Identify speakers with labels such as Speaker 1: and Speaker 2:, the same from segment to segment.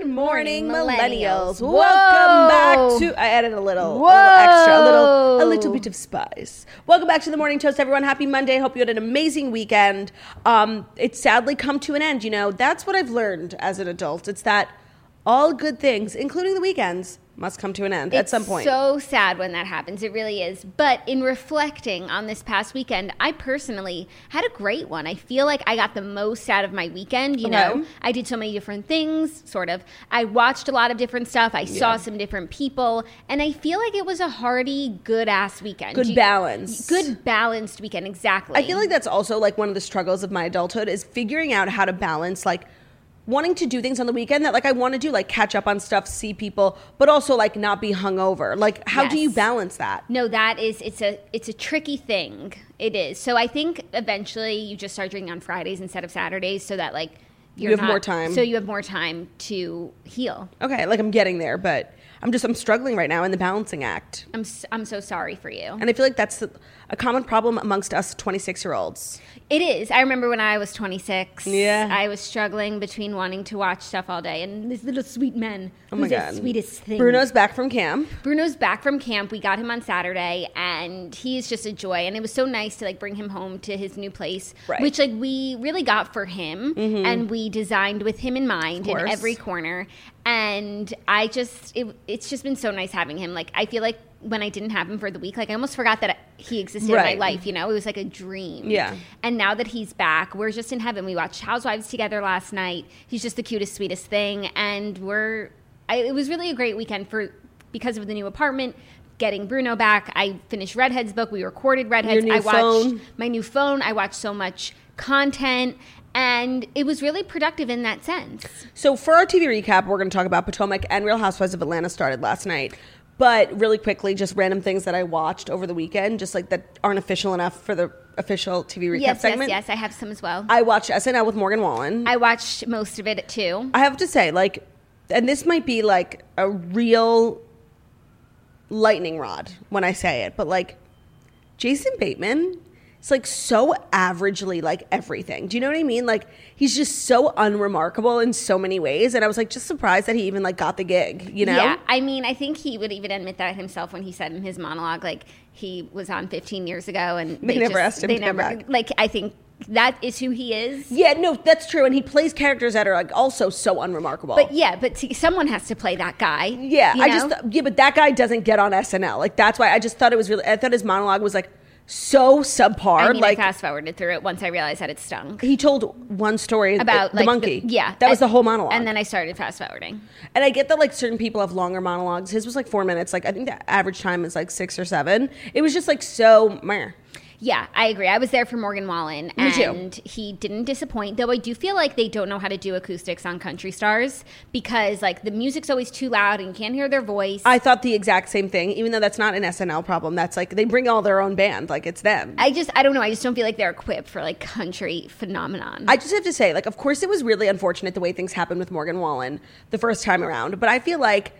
Speaker 1: Good morning, millennials.
Speaker 2: millennials.
Speaker 1: Welcome back
Speaker 2: Whoa.
Speaker 1: to. I added a little, a
Speaker 2: Whoa.
Speaker 1: little extra, a little, a little bit of spice. Welcome back to the morning toast, everyone. Happy Monday. Hope you had an amazing weekend. Um, it's sadly come to an end. You know, that's what I've learned as an adult. It's that all good things, including the weekends, must come to an end at
Speaker 2: It's
Speaker 1: some point.
Speaker 2: So sad when that happens. It really is. But in reflecting on this past weekend, I personally had a great one. I feel like I got the most out of my weekend. You know,
Speaker 1: Okay.
Speaker 2: I did so many different things, sort of. I watched a lot of different stuff. I saw some different people, and I feel like it was a hearty, good ass weekend.
Speaker 1: Good
Speaker 2: You-
Speaker 1: balance.
Speaker 2: Good balanced weekend. Exactly.
Speaker 1: I feel like that's also like one of the struggles of my adulthood is figuring out how to balance like wanting to do things on the weekend that like I want to do like catch up on stuff, see people, but also like not be hungover. Like how do you
Speaker 2: Yes.
Speaker 1: balance that?
Speaker 2: No, that is it's a it's a tricky thing. It is. So I think eventually you just start drinking on Fridays instead of Saturdays, so that like you're
Speaker 1: have more time.
Speaker 2: So you have more time to heal.
Speaker 1: Okay, like I'm getting there, but I'm just I'm struggling right now in the balancing act.
Speaker 2: I'm s- I'm so sorry for you.
Speaker 1: And I feel like that's a common problem amongst us 26 year olds.
Speaker 2: It is. I remember when I was 26.
Speaker 1: Yeah.
Speaker 2: I was struggling between wanting to watch stuff all day and these little sweet men.
Speaker 1: Oh my
Speaker 2: who's the
Speaker 1: god.
Speaker 2: sweetest thing.
Speaker 1: Bruno's back from camp.
Speaker 2: Bruno's back from camp. We got him on Saturday, and he is just a joy. And it was so nice to like bring him home to his new place,
Speaker 1: Right. Mm-hmm.
Speaker 2: which like we really got for him, and we designed with him in mind in
Speaker 1: course.
Speaker 2: every corner. And I just, it, it's just been so nice having him. Like I feel like when I didn't have him for the week, like I almost forgot that he existed
Speaker 1: Right.
Speaker 2: in my life. You know, it was like a dream.
Speaker 1: Yeah.
Speaker 2: And now that he's back, we're just in heaven. We watched Housewives together last night. He's just the cutest, sweetest thing, and we're. I, it was really a great weekend for because of the new apartment. Getting Bruno back, I finished Redhead's book. We recorded Redhead's.
Speaker 1: Your new
Speaker 2: I watched
Speaker 1: phone.
Speaker 2: my new phone. I watched so much content, and it was really productive in that sense.
Speaker 1: So for our TV recap, we're going to talk about Potomac and Real Housewives of Atlanta started last night. But really quickly, just random things that I watched over the weekend, just like that aren't official enough for the official TV recap
Speaker 2: yes,
Speaker 1: segment.
Speaker 2: yes, yes. I have some as well. I,
Speaker 1: I watched SNL with Morgan Wallen. I,
Speaker 2: watched most of it too.
Speaker 1: have to say, like, and this might be like a real lightning rod when I say it, but like Jason Bateman is like so averagely like everything. Do you know what I mean? Like he's just so unremarkable in so many ways, and I was like just surprised that he even like got the gig. You know?
Speaker 2: Yeah, I mean, I think he would even admit that himself when he said in his monologue, like he was on 15 years ago, and
Speaker 1: They never asked him
Speaker 2: They
Speaker 1: to come
Speaker 2: never
Speaker 1: back.
Speaker 2: like. I think that is who he is.
Speaker 1: Yeah, no, that's true. And he plays characters that are like also so unremarkable.
Speaker 2: But yeah, but t- someone has to play that guy.
Speaker 1: yeah,
Speaker 2: you
Speaker 1: I just
Speaker 2: know?
Speaker 1: th- yeah, but that guy doesn't get on SNL. Like that's why I just thought it was really. I thought his monologue was like so subpar.
Speaker 2: I mean,
Speaker 1: like
Speaker 2: I fast forwarded through it once I realized that it stunk.
Speaker 1: he told one story about
Speaker 2: About
Speaker 1: the
Speaker 2: like
Speaker 1: monkey.
Speaker 2: yeah,
Speaker 1: that was
Speaker 2: and-
Speaker 1: the whole monologue.
Speaker 2: and then I started fast forwarding.
Speaker 1: And I get that like certain people have longer monologues. His was like four minutes. Like I think the average time is like six or seven. It was just like so meh.
Speaker 2: Yeah, I agree. I was there for Morgan Wallen,
Speaker 1: Me too.
Speaker 2: and he didn't disappoint. Though I do feel like they don't know how to do acoustics on country stars because like the music's always too loud and you can't hear their voice.
Speaker 1: I thought the exact same thing, even though that's not an SNL problem. That's like they bring all their own band. Like it's them.
Speaker 2: I just I don't know. I just don't feel like they're equipped for like country phenomenon.
Speaker 1: I just have to say, like, of course, it was really unfortunate the way things happened with Morgan Wallen the first time around, but I feel like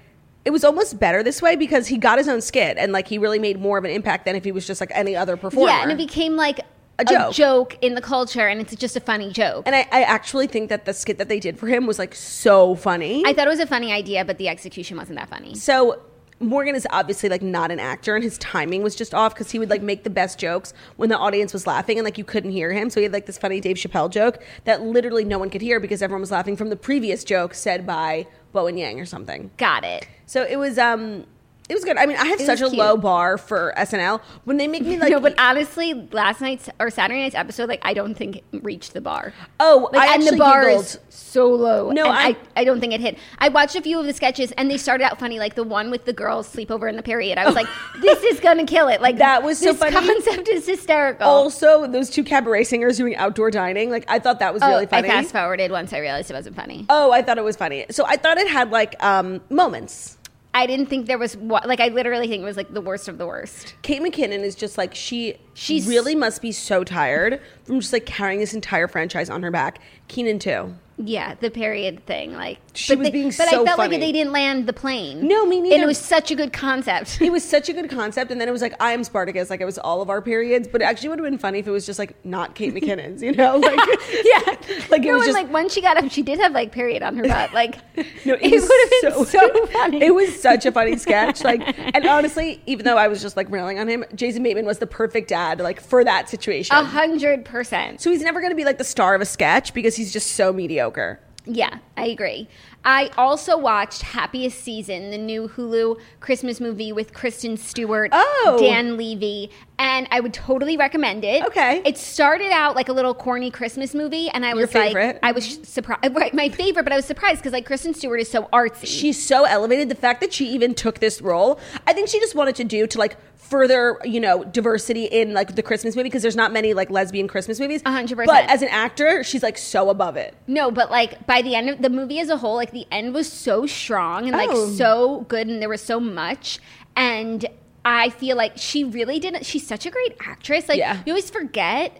Speaker 1: it was almost better this way because he got his own skit and like he really made more of an impact than if he was just like any other performer.
Speaker 2: yeah, and it became like a
Speaker 1: joke.
Speaker 2: in the culture, and it's just a funny joke.
Speaker 1: And I, I actually think that the skit that they did for him was like so funny.
Speaker 2: I thought it was a funny idea, but the execution wasn't that funny.
Speaker 1: so Morgan is obviously like not an actor, and his timing was just off because he would like make the best jokes when the audience was laughing, and like you couldn't hear him. So he had like this funny Dave Chappelle joke that literally no one could hear because everyone was laughing from the previous joke said by Bowen Yang or something.
Speaker 2: Got it.
Speaker 1: So it was um, it was good. I mean, I have
Speaker 2: It
Speaker 1: such a
Speaker 2: was cute.
Speaker 1: low bar for SNL when they make me like.
Speaker 2: no, but honestly, last night's or Saturday night's episode, like I don't think it reached the bar.
Speaker 1: oh,
Speaker 2: Like,
Speaker 1: I
Speaker 2: and
Speaker 1: actually
Speaker 2: the bar
Speaker 1: giggled.
Speaker 2: is so low.
Speaker 1: No,
Speaker 2: and I,
Speaker 1: I-
Speaker 2: I don't think it hit. I watched a few of the sketches, and they started out funny, like the one with the girls sleepover in the period. I was like, this is gonna kill it. Like
Speaker 1: That was so
Speaker 2: this
Speaker 1: funny.
Speaker 2: Concept is hysterical.
Speaker 1: Also, those two cabaret singers doing outdoor dining, like I thought that was
Speaker 2: Oh,
Speaker 1: really funny.
Speaker 2: I fast forwarded once I realized it wasn't funny.
Speaker 1: Oh, I thought it was funny. So I thought it had like um, moments.
Speaker 2: I didn't think there was wa- like I literally think it was like the worst of the worst.
Speaker 1: Kate McKinnon is just like she. She
Speaker 2: She's-
Speaker 1: really must be so tired from just like carrying this entire franchise on her back. Keenan too.
Speaker 2: Yeah, the period thing. Like
Speaker 1: She was being
Speaker 2: But
Speaker 1: so
Speaker 2: I felt
Speaker 1: funny.
Speaker 2: like they didn't land the plane.
Speaker 1: No, me
Speaker 2: And
Speaker 1: neither.
Speaker 2: it was such a good concept.
Speaker 1: It was such a good concept, and then it was like I am Spartacus. Like it was all of our periods, but it actually would have been funny if it was just like not Kate McKinnon's. You know, like
Speaker 2: yeah,
Speaker 1: Like, it
Speaker 2: no,
Speaker 1: was just-
Speaker 2: and, like when she got up, she did have like period on her butt. Like
Speaker 1: No, it, was
Speaker 2: would have
Speaker 1: so,
Speaker 2: been so funny.
Speaker 1: It was such a funny sketch. Like, and honestly, even though I was just like railing on him, Jason Bateman was the perfect dad, like for that situation.
Speaker 2: a hundred percent.
Speaker 1: so he's never going to be like the star of a sketch because he's just so mediocre.
Speaker 2: Yeah, I agree. I also watched Happiest Season, the new Hulu Christmas movie with Kristen Stewart,
Speaker 1: Oh.
Speaker 2: Dan Levy, and I would totally recommend it.
Speaker 1: Okay.
Speaker 2: It started out like a little corny Christmas movie, and I was
Speaker 1: favorite?
Speaker 2: like, I was surprised. Right, my favorite, but I was surprised because like Kristen Stewart is so artsy.
Speaker 1: She's so elevated. The fact that she even took this role, I think she just wanted to do to like further, you know, diversity in like the Christmas movie because there's not many like lesbian Christmas movies.
Speaker 2: A hundred
Speaker 1: But
Speaker 2: percent.
Speaker 1: as an actor, she's like so above it.
Speaker 2: No, but like by the end of the movie as a whole, like the end was so strong and like
Speaker 1: Oh.
Speaker 2: so good and there was so much and I feel like she really didn't she's such a great actress. Like
Speaker 1: Yeah.
Speaker 2: you always forget.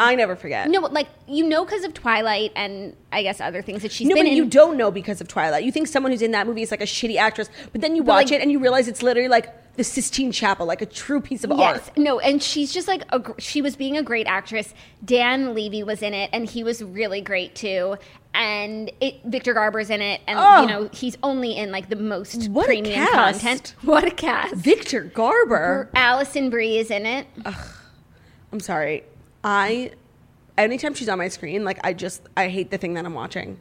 Speaker 1: I never forget.
Speaker 2: No, like you know cuz of Twilight and I guess other things that she's
Speaker 1: no,
Speaker 2: been
Speaker 1: but
Speaker 2: in.
Speaker 1: you don't know because of Twilight. You think someone who's in that movie is like a shitty actress, but then you watch
Speaker 2: like-
Speaker 1: it and you realize it's literally like the Sistine Chapel, like a true piece of
Speaker 2: Yes,
Speaker 1: art.
Speaker 2: no, and she's just like a, gr- she was being a great actress. Dan Levy was in it, and he was really great too. And it, Victor Garber's in it, and
Speaker 1: Oh.
Speaker 2: you know he's only in like the most
Speaker 1: What a
Speaker 2: premium
Speaker 1: cast.
Speaker 2: content. What a cast!
Speaker 1: Victor Garber.
Speaker 2: Allison Brie is in it.
Speaker 1: I'm sorry. I anytime she's on my screen, like I just I hate the thing that I'm watching.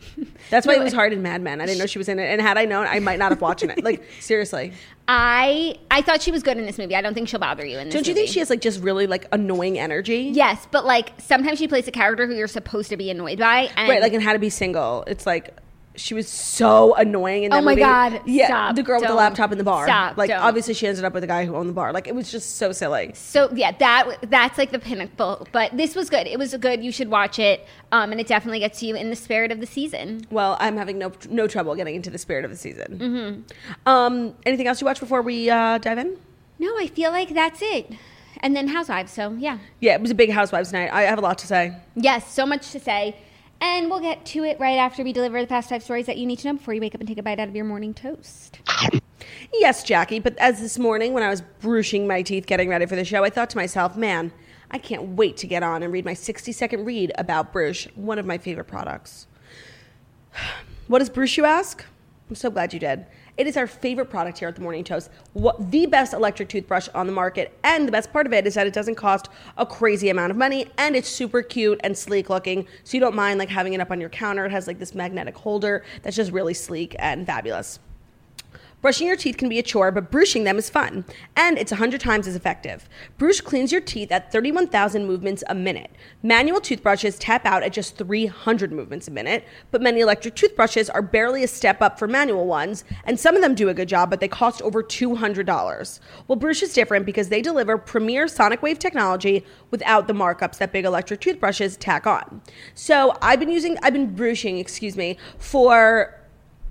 Speaker 1: That's why it was hard in Mad Men. I didn't know she was in it, and had I known, I might not have watched it. Like seriously,
Speaker 2: I I thought she was good in this movie. I don't think she'll bother you in this.
Speaker 1: don't you think
Speaker 2: movie.
Speaker 1: she has like just really like annoying energy?
Speaker 2: Yes, but like sometimes she plays a character who you're supposed to be annoyed by. And
Speaker 1: Right, like in How to Be Single, it's like she was so annoying. In
Speaker 2: Oh
Speaker 1: that
Speaker 2: my
Speaker 1: movie.
Speaker 2: God,
Speaker 1: Yeah,
Speaker 2: stop,
Speaker 1: the girl with the
Speaker 2: don't,
Speaker 1: laptop in the bar.
Speaker 2: stop,
Speaker 1: Like
Speaker 2: don't.
Speaker 1: obviously she ended up with the guy who owned the bar. Like it was just so silly.
Speaker 2: so yeah, that that's like the pinnacle. But this was good. It was good. You should watch it. Um, and it definitely gets you in the spirit of the season.
Speaker 1: Well, I'm having no no trouble getting into the spirit of the season.
Speaker 2: Mm-hmm.
Speaker 1: Um, anything else you watch before we uh, dive in?
Speaker 2: No, I feel like that's it. And then Housewives. So yeah,
Speaker 1: Yeah, it was a big Housewives night. I have a lot to say.
Speaker 2: yes, so much to say. And we'll get to it right after we deliver the past five stories that you need to know before you wake up and take a bite out of your morning toast.
Speaker 1: Yes, Jackie. But as this morning, when I was brushing my teeth getting ready for the show, I thought to myself, man, I can't wait to get on and read my 60 second read about Bruges, one of my favorite products. What is Bruce, you ask? I'm so glad you did. It is our favorite product here at the Morning Toast. What, the best electric toothbrush on the market. And the best part of it is that it doesn't cost a crazy amount of money and it's super cute and sleek looking. So you don't mind like having it up on your counter. It has like this magnetic holder that's just really sleek and fabulous. Brushing your teeth can be a chore, but brushing them is fun, and it's 100 times as effective. Bruce cleans your teeth at 31,000 movements a minute. Manual toothbrushes tap out at just 300 movements a minute, but many electric toothbrushes are barely a step up from manual ones, and some of them do a good job, but they cost over $200. Well, Bruce is different because they deliver premier sonic wave technology without the markups that big electric toothbrushes tack on. So I've been using, I've been brushing, excuse me, for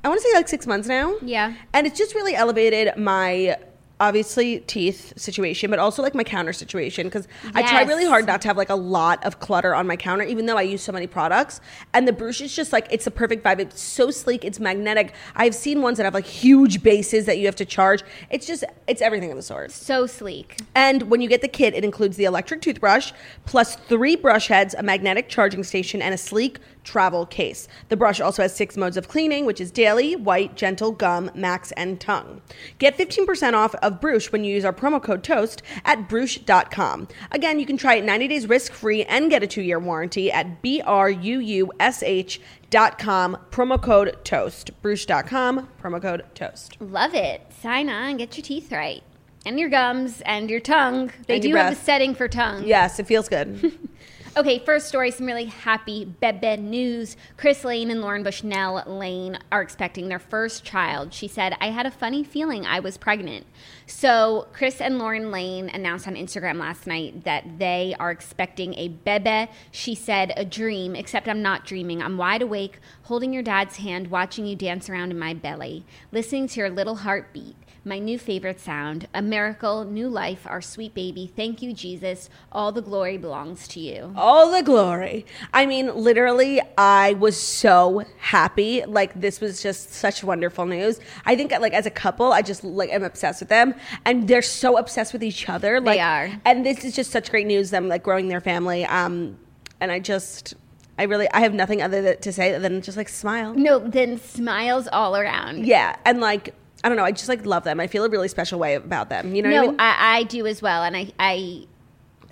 Speaker 1: I want to say like six months now.
Speaker 2: Yeah.
Speaker 1: And it's just really elevated my obviously teeth situation, but also like my counter situation because I try
Speaker 2: Yes.
Speaker 1: really hard not to have like a lot of clutter on my counter, even though I use so many products. And the Bruce is just like it's the perfect vibe. It's so sleek. It's magnetic. I've seen ones that have like huge bases that you have to charge. It's just it's everything of the sort.
Speaker 2: So sleek.
Speaker 1: And when you get the kit, it includes the electric toothbrush, plus three brush heads, a magnetic charging station, and a sleek travel case. The brush also has six modes of cleaning, which is daily, white, gentle, gum, max, and tongue. Get 15% off of Bruce when you use our promo code TOAST at Bruce.com. Again, you can try it 90 days risk free and get a two year warranty at B R U U S H. Dot com promo code toast bruce.com promo code toast
Speaker 2: Love it. Sign on, get your teeth right. And your gums and your tongue. They
Speaker 1: And
Speaker 2: do
Speaker 1: your
Speaker 2: have a
Speaker 1: breath.
Speaker 2: setting for tongue.
Speaker 1: yes it feels good
Speaker 2: Okay, first story some really happy Bebe news. Chris Lane and Lauren Bushnell Lane are expecting their first child. She said, I had a funny feeling I was pregnant. So, Chris and Lauren Lane announced on Instagram last night that they are expecting a Bebe. She said, a dream, except I'm not dreaming. I'm wide awake, holding your dad's hand, watching you dance around in my belly, listening to your little heartbeat my new favorite sound, a miracle, new life, our sweet baby. Thank you, Jesus. All the glory belongs to you.
Speaker 1: all the glory. I mean, literally, I was so happy. Like this was just such wonderful news. I think like as a couple, I just like am obsessed with them, and they're so obsessed with each other. Like,
Speaker 2: are.
Speaker 1: and this is just such great news. Them like growing their family. Um, and I just, I really, I have nothing other tha- to say than just like smile.
Speaker 2: No, then smiles all around.
Speaker 1: Yeah, and like I don't know, I just like love them. I feel a really special way about them. You know what I
Speaker 2: No,
Speaker 1: mean?
Speaker 2: I, I do as well, and I, I,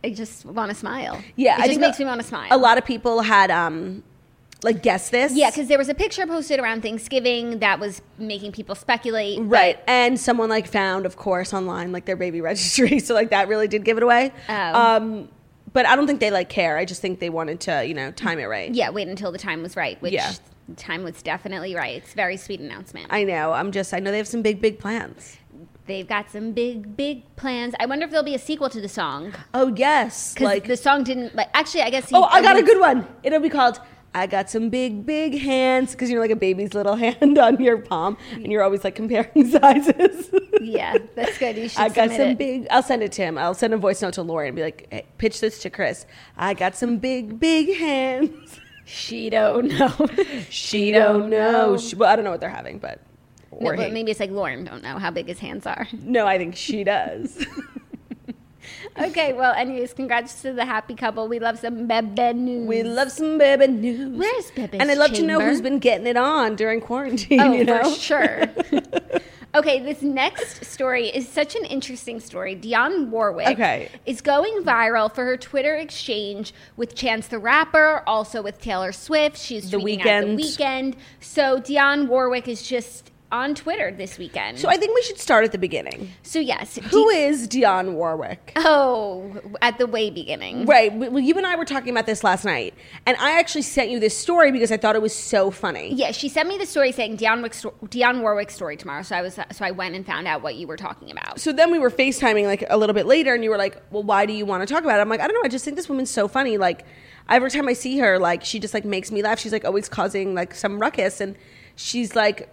Speaker 2: I just want to smile.
Speaker 1: yeah, I
Speaker 2: it just
Speaker 1: think
Speaker 2: makes
Speaker 1: a-
Speaker 2: me want to smile.
Speaker 1: A lot of people had um, like guessed this.
Speaker 2: Yeah, because there was a picture posted around Thanksgiving that was making people speculate.
Speaker 1: Right. And someone like found, of course, online like their baby registry. So like that really did give it away.
Speaker 2: Oh.
Speaker 1: Um but I don't think they like care. I just think they wanted to, you know, time it right.
Speaker 2: Yeah, wait until the time was right, which
Speaker 1: Yeah.
Speaker 2: the time was definitely right. It's a very sweet announcement.
Speaker 1: I know. I'm just I know they have some big, big plans.
Speaker 2: They've got some big, big plans. I wonder if there'll be a sequel to the song.
Speaker 1: Oh yes.
Speaker 2: Because
Speaker 1: Like
Speaker 2: the song didn't like. Actually, I guess. He,
Speaker 1: Oh, I got a
Speaker 2: would-
Speaker 1: good one. It'll be called I got some big, big hands because you know, like a baby's little hand on your palm, and you're always like comparing sizes.
Speaker 2: Yeah, that's good. You should.
Speaker 1: I got some
Speaker 2: it.
Speaker 1: big. I'll send it to him. I'll send a voice note to Lauren and be like, hey, "Pitch this to Chris. I got some big, big hands."
Speaker 2: She don't know.
Speaker 1: She don't know. She, well, I don't know what they're having, but
Speaker 2: No,
Speaker 1: or
Speaker 2: but
Speaker 1: he.
Speaker 2: maybe it's like Lauren don't know how big his hands are.
Speaker 1: no, I think she does.
Speaker 2: okay, well, anyways, congrats to the happy couple. We love some bebe news.
Speaker 1: we love some baby news.
Speaker 2: Where's Bebe's
Speaker 1: And I'd love to know
Speaker 2: chamber?
Speaker 1: who's been getting it on during quarantine.
Speaker 2: Oh,
Speaker 1: you know?
Speaker 2: for sure. okay, this next story is such an interesting story. Dionne Warwick
Speaker 1: Okay.
Speaker 2: is going viral for her Twitter exchange with Chance the Rapper, also with Taylor Swift. She's
Speaker 1: The
Speaker 2: tweeting out
Speaker 1: Weeknd.
Speaker 2: the weekend. So Dionne Warwick is just on Twitter this weekend.
Speaker 1: So I think we should start at the beginning.
Speaker 2: So yes,
Speaker 1: Who is Dionne Warwick?
Speaker 2: oh at the way beginning.
Speaker 1: Right. we- Well, you and I were talking about this last night, and I actually sent you this story because I thought it was so funny.
Speaker 2: Yeah, she sent me the story saying Dionne, Wick sto- Dionne Warwick's story tomorrow. So I was so I went and found out what you were talking about.
Speaker 1: so then we were FaceTiming like a little bit later and you were like, Well, why do you want to talk about it? I'm like, I don't know, I just think this woman's so funny. Like every time I see her, like she just like makes me laugh. She's like always causing like some ruckus and she's like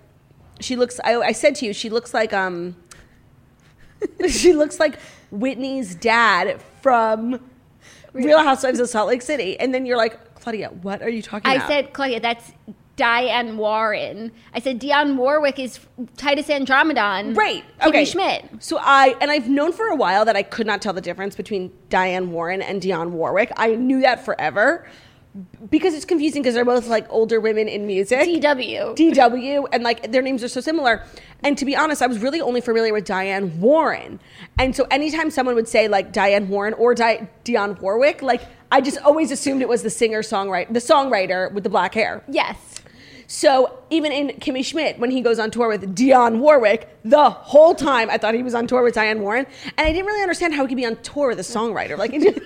Speaker 1: she looks I, I said to you, she looks like um she looks like Whitney's dad from Real Housewives of Salt Lake City. And then you're like, Claudia, what are you talking
Speaker 2: I
Speaker 1: about?
Speaker 2: said, Claudia, that's Diane Warren. I said Dionne Warwick is Titus Andromedon.
Speaker 1: Right.
Speaker 2: Kimmy
Speaker 1: okay.
Speaker 2: Schmidt.
Speaker 1: So I and I've known for a while that I could not tell the difference between Diane Warren and Dionne Warwick. I knew that forever because it's confusing because they're both like older women in music.
Speaker 2: DW.
Speaker 1: DW and like their names are so similar. And to be honest, I was really only familiar with Diane Warren. And so anytime someone would say like Diane Warren or Di- Dionne Warwick, like I just always assumed it was the singer songwriter, the songwriter with the black hair.
Speaker 2: yes.
Speaker 1: So even in Kimmy Schmidt, when he goes on tour with Dionne Warwick, the whole time I thought he was on tour with Diane Warren, and I didn't really understand how he could be on tour with a songwriter. Like it,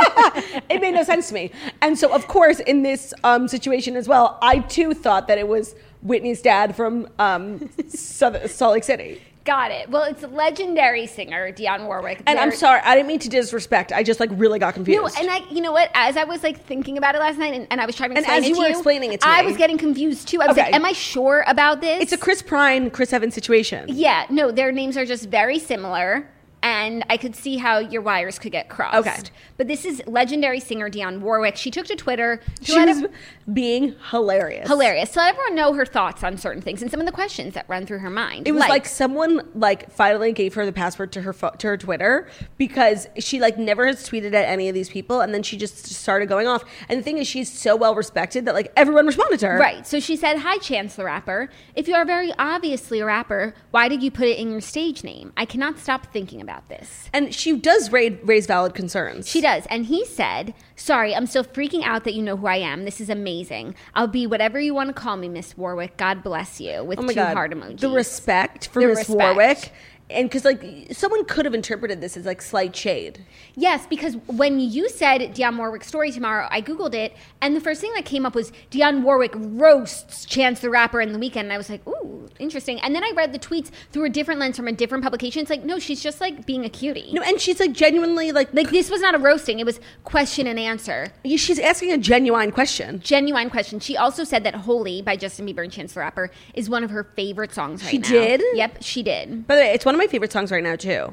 Speaker 1: just- it made no sense to me. And so of course in this um, situation as well, I too thought that it was Whitney's dad from um, South- Salt Lake City.
Speaker 2: Got it. Well, it's legendary singer Dionne Warwick.
Speaker 1: And I'm
Speaker 2: There-
Speaker 1: sorry, I didn't mean to disrespect. I just like really got confused.
Speaker 2: No, and I, you know what? As I was like thinking about it last night, and, and I was trying to
Speaker 1: And
Speaker 2: explain
Speaker 1: as
Speaker 2: it
Speaker 1: you
Speaker 2: to
Speaker 1: were explaining it to
Speaker 2: I
Speaker 1: me-
Speaker 2: was getting confused too. I was
Speaker 1: Okay.
Speaker 2: like, "Am I sure about this?"
Speaker 1: it's a Chris Pine, Chris Evans situation.
Speaker 2: yeah. No, their names are just very similar, and I could see how your wires could get crossed.
Speaker 1: Okay.
Speaker 2: but this is legendary singer Dionne Warwick. She took to Twitter. To
Speaker 1: She
Speaker 2: let
Speaker 1: was
Speaker 2: ev-
Speaker 1: being hilarious.
Speaker 2: hilarious to let everyone know her thoughts on certain things and some of the questions that run through her mind.
Speaker 1: It was like, someone like finally gave her the password to her pho- to her Twitter because she like never has tweeted at any of these people, and then she just started going off. And the thing is, she's so well respected that like everyone responded to her.
Speaker 2: Right. So she said, Hi, Chance the Rapper. If you are very obviously a rapper, why did you put it in your stage name? I cannot stop thinking about this.
Speaker 1: And she does raise, raise valid concerns.
Speaker 2: She does. And he said, Sorry, I'm still freaking out that you know who I am. This is amazing. I'll be whatever you want to call me, Miss Warwick. God bless you. With
Speaker 1: Oh
Speaker 2: two
Speaker 1: my god,
Speaker 2: heart emojis.
Speaker 1: the respect for
Speaker 2: The
Speaker 1: Miss
Speaker 2: respect.
Speaker 1: Warwick, and because like someone could have interpreted this as like slight shade.
Speaker 2: Yes, because when you said Dionne Warwick's story tomorrow, I Googled it, and the first thing that came up was Dionne Warwick roasts Chance the Rapper in the weekend. And I was like, ooh, interesting. And then I read the tweets through a different lens from a different publication. It's like, no, she's just like being a cutie.
Speaker 1: No, and she's like genuinely like
Speaker 2: Like, this was not a roasting, it was question and answer.
Speaker 1: she's asking a genuine question.
Speaker 2: Genuine question. She also said that Holy by Justin Bieber and Chance the Rapper is one of her favorite songs right
Speaker 1: She
Speaker 2: now.
Speaker 1: did?
Speaker 2: Yep, she did.
Speaker 1: By the way, it's one of my favorite songs right now too.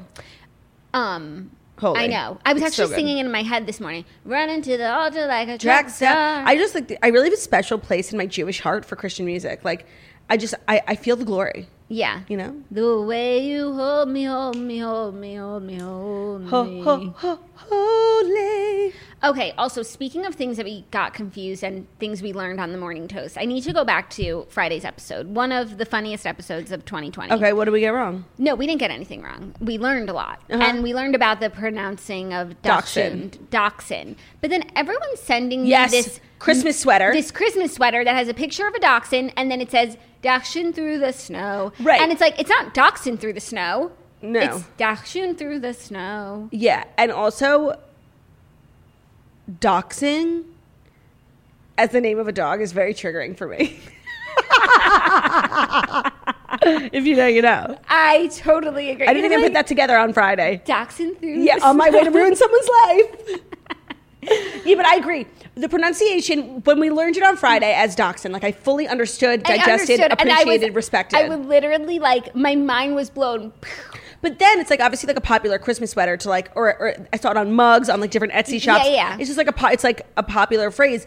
Speaker 2: Um,
Speaker 1: Holy.
Speaker 2: I know. I was
Speaker 1: It's so
Speaker 2: actually
Speaker 1: good.
Speaker 2: singing it in my head this morning. Run into the altar like a track
Speaker 1: Track
Speaker 2: star.
Speaker 1: I just like I really have a special place in my Jewish heart for Christian music. Like I just I, I feel the glory.
Speaker 2: Yeah.
Speaker 1: You know?
Speaker 2: The way you hold me, hold me, hold me, hold me, hold me.
Speaker 1: Ho, ho, ho, holy.
Speaker 2: Okay, also, speaking of things that we got confused and things we learned on the morning toast, I need to go back to Friday's episode, one of the funniest episodes of 2020.
Speaker 1: Okay, what did we get wrong?
Speaker 2: No, we didn't get anything wrong. We learned a lot. And we learned about the pronouncing of
Speaker 1: Uh-huh. Dachshund.
Speaker 2: dachshund, dachshund. But then everyone's sending me
Speaker 1: Yes,
Speaker 2: this
Speaker 1: Christmas sweater.
Speaker 2: This Christmas sweater that has a picture of a dachshund and then it says dachshund through the snow.
Speaker 1: Right.
Speaker 2: And it's like it's not dachshund through the snow.
Speaker 1: No.
Speaker 2: It's dachshund through the snow.
Speaker 1: Yeah, and also doxing as the name of a dog is very triggering for me. if you know, you know.
Speaker 2: I totally agree.
Speaker 1: I didn't
Speaker 2: It's
Speaker 1: even put
Speaker 2: like,
Speaker 1: that together on Friday.
Speaker 2: dachshund through
Speaker 1: Yeah,
Speaker 2: the
Speaker 1: on my way to
Speaker 2: snow.
Speaker 1: ruin someone's life. yeah, but I agree. The pronunciation when we learned it on Friday as dachshund, like I fully understood,
Speaker 2: I
Speaker 1: digested,
Speaker 2: understood, and I was-
Speaker 1: appreciated, respected.
Speaker 2: I would literally like my mind was blown.
Speaker 1: but then it's like obviously like a popular Christmas sweater to like, or, or I saw it on mugs on like different Etsy shops.
Speaker 2: Yeah, yeah.
Speaker 1: It's just like a po- it's like a popular phrase.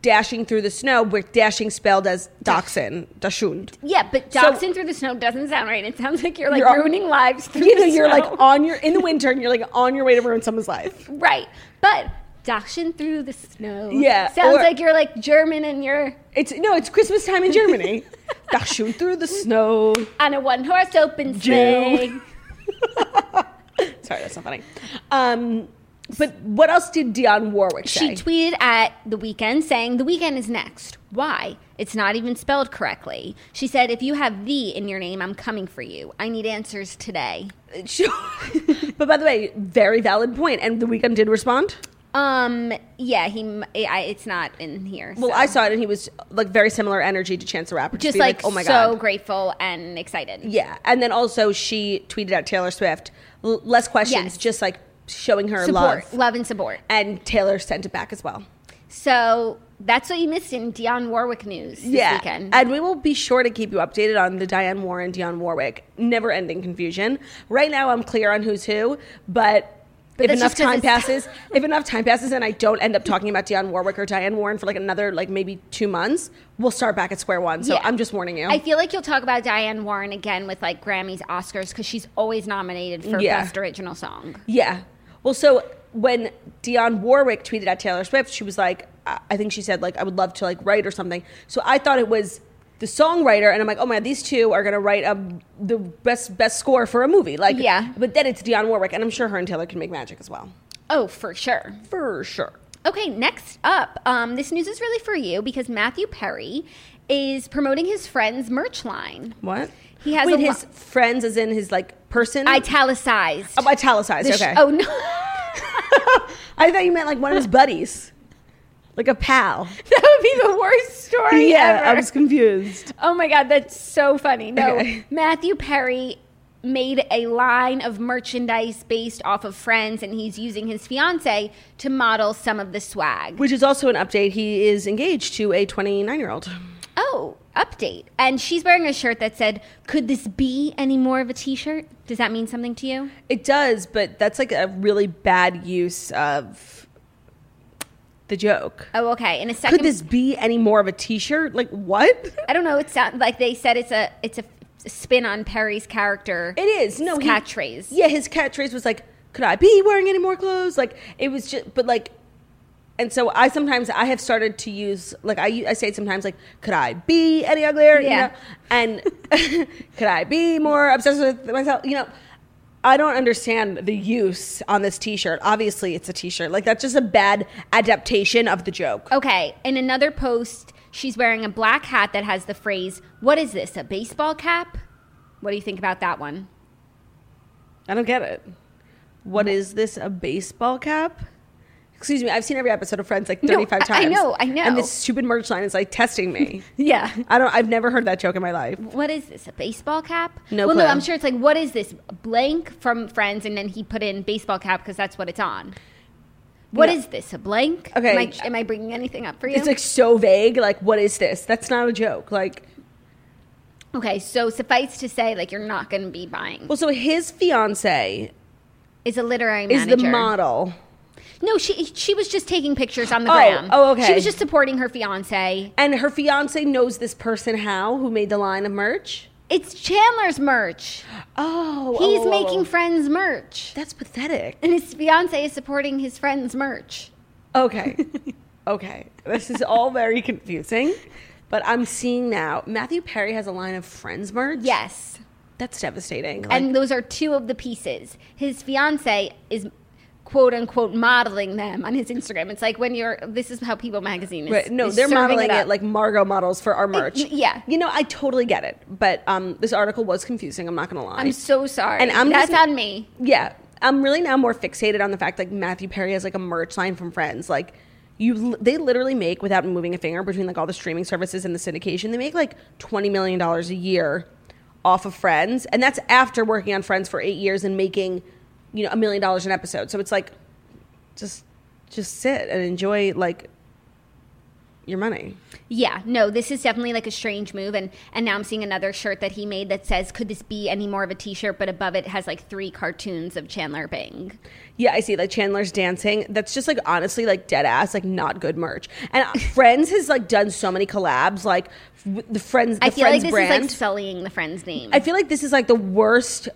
Speaker 1: Dashing through the snow, with dashing spelled as dachshund, dachshund.
Speaker 2: Yeah, but
Speaker 1: So-
Speaker 2: dachshund through the snow doesn't sound right. It sounds like you're like
Speaker 1: You're-
Speaker 2: ruining lives through
Speaker 1: You know,
Speaker 2: the
Speaker 1: you're
Speaker 2: snow.
Speaker 1: like on your in the winter, and you're like on your way to ruin someone's life.
Speaker 2: right, but dachshund through the snow.
Speaker 1: Yeah,
Speaker 2: sounds
Speaker 1: or-
Speaker 2: like you're like German and you're
Speaker 1: It's no, it's Christmas time in Germany. dachshund through the snow.
Speaker 2: on a one horse open sleigh.
Speaker 1: Sorry, that's not funny. Um, but what else did Dionne Warwick
Speaker 2: She
Speaker 1: say?
Speaker 2: tweeted at the weekend saying the weekend is next. Why? It's not even spelled correctly. She said, "If you have the in your name, I'm coming for you. I need answers today."
Speaker 1: She- but by the way, very valid point. And the weekend did respond.
Speaker 2: Um. Yeah. He. m- I, it's not in here.
Speaker 1: Well,
Speaker 2: so.
Speaker 1: I saw it, and he was like very similar energy to Chance the Rapper.
Speaker 2: just
Speaker 1: be
Speaker 2: like,
Speaker 1: oh my
Speaker 2: so
Speaker 1: god,
Speaker 2: grateful and excited.
Speaker 1: yeah. And then also she tweeted out Taylor Swift, l- less questions,
Speaker 2: Yes.
Speaker 1: just like showing her
Speaker 2: support, love.
Speaker 1: love.
Speaker 2: and support.
Speaker 1: And Taylor sent it back as well.
Speaker 2: So that's what you missed in Dionne Warwick news this weekend.
Speaker 1: And we will be sure to keep you updated on the Diane Warren, Dionne Warwick never ending confusion. Right now, I'm clear on who's who, but. if
Speaker 2: that's
Speaker 1: enough
Speaker 2: just 'cause
Speaker 1: time
Speaker 2: it's-
Speaker 1: passes, if enough time passes and I don't end up talking about Dionne Warwick or Diane Warren for like another like maybe two months, we'll start back at square one. So
Speaker 2: Yeah.
Speaker 1: I'm just warning you.
Speaker 2: I feel like you'll talk about Diane Warren again with like Grammys, Oscars, because she's always nominated for
Speaker 1: Yeah.
Speaker 2: Best Original Song.
Speaker 1: yeah. Well, so when Dionne Warwick tweeted at Taylor Swift, she was like, I I think she said like I would love to like write or something. So I thought it was the songwriter, and I'm like, oh my, these two are gonna write a, the best best score for a movie. Like,
Speaker 2: Yeah.
Speaker 1: But then it's Dionne Warwick, and I'm sure her and Taylor can make magic as well,
Speaker 2: Oh, for sure.
Speaker 1: for sure.
Speaker 2: Okay, next up, um, this news is really for you because Matthew Perry is promoting his friend's merch line.
Speaker 1: What?
Speaker 2: He has
Speaker 1: Wait,
Speaker 2: a lo-
Speaker 1: his friends, as in his like person.
Speaker 2: Italicized.
Speaker 1: Hmm. oh, italicized.
Speaker 2: The sh-
Speaker 1: okay.
Speaker 2: oh no.
Speaker 1: I thought you meant like one of his buddies, like a pal.
Speaker 2: that would be the worst story. story
Speaker 1: yeah, I
Speaker 2: ever.
Speaker 1: was confused.
Speaker 2: Oh my god, that's so funny. No,
Speaker 1: Okay.
Speaker 2: Matthew Perry made a line of merchandise based off of Friends, and he's using his fiance to model some of the swag.
Speaker 1: Which is also an update. He is engaged to a 29 year old.
Speaker 2: Oh, update! And she's wearing a shirt that said, "Could this be any more of a T-shirt?" Does that mean something to you?
Speaker 1: It does, but that's like a really bad use of the joke.
Speaker 2: Oh, okay. In a second,
Speaker 1: Could this be any more of a t shirt? Like, what?
Speaker 2: I don't know. It sounds like they said it's a it's a spin on Perry's character.
Speaker 1: It is. No, he-
Speaker 2: catchphrase.
Speaker 1: Yeah, his catchphrase was like, "Could I be wearing any more clothes?" Like it was just, but like, and so I sometimes I have started to use like I u- I say it sometimes like, "Could I be any uglier?" You
Speaker 2: Yeah.
Speaker 1: know? And could I be more obsessed with myself? You know. I don't understand the use on this T-shirt. Obviously, it's a T-shirt. Like that's just a bad adaptation of the joke.
Speaker 2: Okay. In another post, she's wearing a black hat that has the phrase, What is this, a baseball cap? What do you think about that one?
Speaker 1: I don't get it. What is this? A baseball cap? Excuse me. I've seen every episode of Friends like
Speaker 2: No,
Speaker 1: thirty-five
Speaker 2: I- I
Speaker 1: times.
Speaker 2: know, I know.
Speaker 1: And this stupid merch line is like testing me.
Speaker 2: Yeah.
Speaker 1: I don't. I've never heard that joke in my life.
Speaker 2: What is this, a baseball cap?
Speaker 1: No
Speaker 2: Well, no,
Speaker 1: clue.
Speaker 2: I'm sure it's like, What is this, blank from Friends? And then he put in baseball cap because that's what it's on. What
Speaker 1: No.
Speaker 2: is this, a blank?
Speaker 1: Okay.
Speaker 2: Am I, am I bringing anything up for you?
Speaker 1: It's like so vague. Like, what is this? That's not a joke. Like,
Speaker 2: okay, so suffice to say, like, you're not going to be buying.
Speaker 1: well, so his fiance
Speaker 2: Is a literary
Speaker 1: is
Speaker 2: manager.
Speaker 1: the model.
Speaker 2: No, she she was just taking pictures on the
Speaker 1: Oh,
Speaker 2: gram.
Speaker 1: oh, okay.
Speaker 2: She was just supporting her fiance.
Speaker 1: And her fiance knows this person how who made the line of merch.
Speaker 2: It's Chandler's merch.
Speaker 1: Oh,
Speaker 2: He's
Speaker 1: oh, oh,
Speaker 2: making
Speaker 1: oh.
Speaker 2: friends merch.
Speaker 1: That's pathetic.
Speaker 2: And his fiance is supporting his friends merch.
Speaker 1: Okay, okay. This is all very confusing, but I'm seeing now. Matthew Perry has a line of Friends merch.
Speaker 2: Yes.
Speaker 1: that's devastating. Like,
Speaker 2: And those are two of the pieces. His fiance is quote unquote modeling them on his Instagram. It's like when you're this is how People magazine is.
Speaker 1: Right. No,
Speaker 2: is
Speaker 1: they're
Speaker 2: serving
Speaker 1: modeling it,
Speaker 2: up.
Speaker 1: like Margot models for our merch.
Speaker 2: y- yeah.
Speaker 1: You know, I totally get it. But um, this article was confusing. I'm not going to lie.
Speaker 2: I'm so sorry.
Speaker 1: And I'm
Speaker 2: that's
Speaker 1: just-
Speaker 2: on me.
Speaker 1: yeah. I'm really now more fixated on the fact like Matthew Perry has like a merch line from Friends. Like, you, li- they literally make without moving a finger between like all the streaming services and the syndication. They make like twenty million dollars a year off of Friends, and that's after working on Friends for eight years and making, you know, a million dollars an episode. So it's like, just, just sit and enjoy like your money.
Speaker 2: Yeah, no, this is definitely like a strange move. And, and now I'm seeing another shirt that he made that says, Could this be any more of a t shirt? But above it has like three cartoons of Chandler Bing.
Speaker 1: Yeah, I see. Like Chandler's dancing. That's just like honestly, like dead ass, like not good merch. And uh, Friends has like done so many collabs. Like w- the Friends, the
Speaker 2: I feel
Speaker 1: Friends
Speaker 2: like this
Speaker 1: brand.
Speaker 2: is like sullying the friend's name.
Speaker 1: I feel like this is like the worst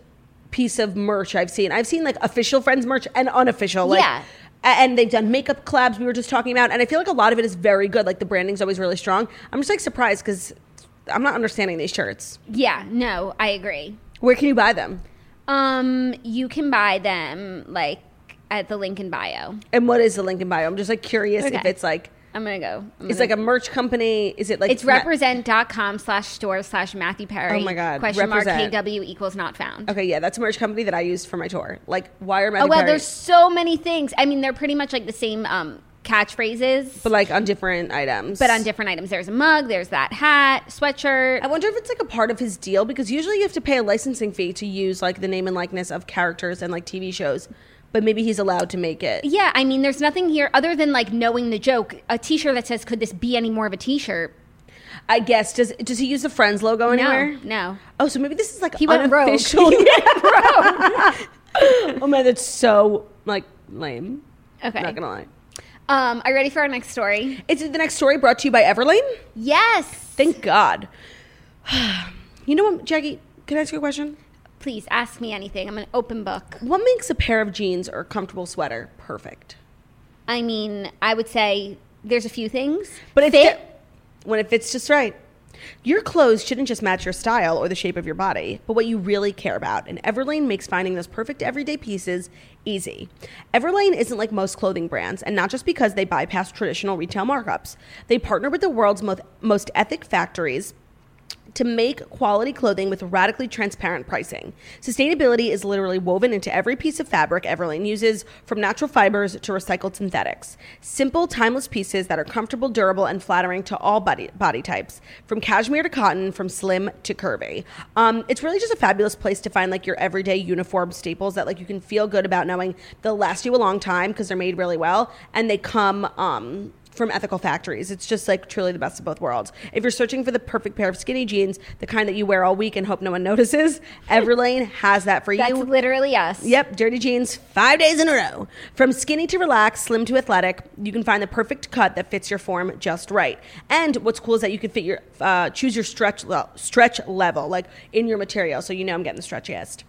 Speaker 1: piece of merch I've seen. I've seen like official Friends merch and unofficial. Like,
Speaker 2: Yeah.
Speaker 1: a- And they've done makeup collabs we were just talking about, and I feel like a lot of it is very good. Like the branding's always really strong. I'm just like surprised because I'm not understanding these shirts.
Speaker 2: yeah, no, I agree.
Speaker 1: Where can you buy them?
Speaker 2: Um, you can buy them like at the link in bio.
Speaker 1: And what is the link in bio? I'm just like curious if
Speaker 2: Okay.
Speaker 1: it's like
Speaker 2: I'm gonna go. I'm
Speaker 1: it's
Speaker 2: gonna-
Speaker 1: like a merch company. Is it like
Speaker 2: it's
Speaker 1: ma-
Speaker 2: represent.com slash store slash Matthew Perry.
Speaker 1: Oh my God,
Speaker 2: Question
Speaker 1: represent.
Speaker 2: mark KW equals not found.
Speaker 1: Okay, yeah, that's a merch company that I used for my tour. Like, why are Matthew
Speaker 2: Oh wow,
Speaker 1: Perry-
Speaker 2: there's so many things. I mean, they're pretty much like the same um, catchphrases,
Speaker 1: but like on different items.
Speaker 2: but on different items. There's a mug. There's that hat, sweatshirt.
Speaker 1: I wonder if it's like a part of his deal because usually you have to pay a licensing fee to use like the name and likeness of characters and like TV shows, but maybe he's allowed to make it.
Speaker 2: Yeah, I mean, there's nothing here other than like knowing the joke. A T-shirt that says, "Could this be any more of a T-shirt?"
Speaker 1: I guess does does he use the Friends logo anywhere?
Speaker 2: No, no.
Speaker 1: Oh, so maybe this is like
Speaker 2: He went rogue.
Speaker 1: unofficial. oh man, that's so like lame.
Speaker 2: Okay.
Speaker 1: Not gonna lie.
Speaker 2: Um, are you ready for our next story?
Speaker 1: It's the next story brought to you by Everlane.
Speaker 2: Yes.
Speaker 1: Thank God. you know what, Jackie? Can I ask you a question?
Speaker 2: Please ask me anything. I'm an open book.
Speaker 1: What makes a pair of jeans or a comfortable sweater perfect?
Speaker 2: I mean, I would say there's a few things.
Speaker 1: But it
Speaker 2: Fit.
Speaker 1: when it fits just right. Your clothes shouldn't just match your style or the shape of your body, but what you really care about. And Everlane makes finding those perfect everyday pieces easy. Everlane isn't like most clothing brands, and not just because they bypass traditional retail markups. They partner with the world's most, most ethic factories to make quality clothing with radically transparent pricing. Sustainability is literally woven into every piece of fabric Everlane uses, from natural fibers to recycled synthetics. Simple, timeless pieces that are comfortable, durable, and flattering to all body, body types, from cashmere to cotton, from slim to curvy. Um, it's really just a fabulous place to find like your everyday uniform staples that like you can feel good about knowing they'll last you a long time because they're made really well and they come um, from ethical factories. It's just like truly the best of both worlds. If you're searching for the perfect pair of skinny jeans, the kind that you wear all week and hope no one notices, Everlane has that for
Speaker 2: That's
Speaker 1: you.
Speaker 2: literally us.
Speaker 1: Yep, dirty jeans five days in a row. From skinny to relaxed, slim to athletic, you can find the perfect cut that fits your form just right. And what's cool is that you can fit your uh, choose your stretch le- stretch level, like in your material, so you know I'm getting the stretchiest.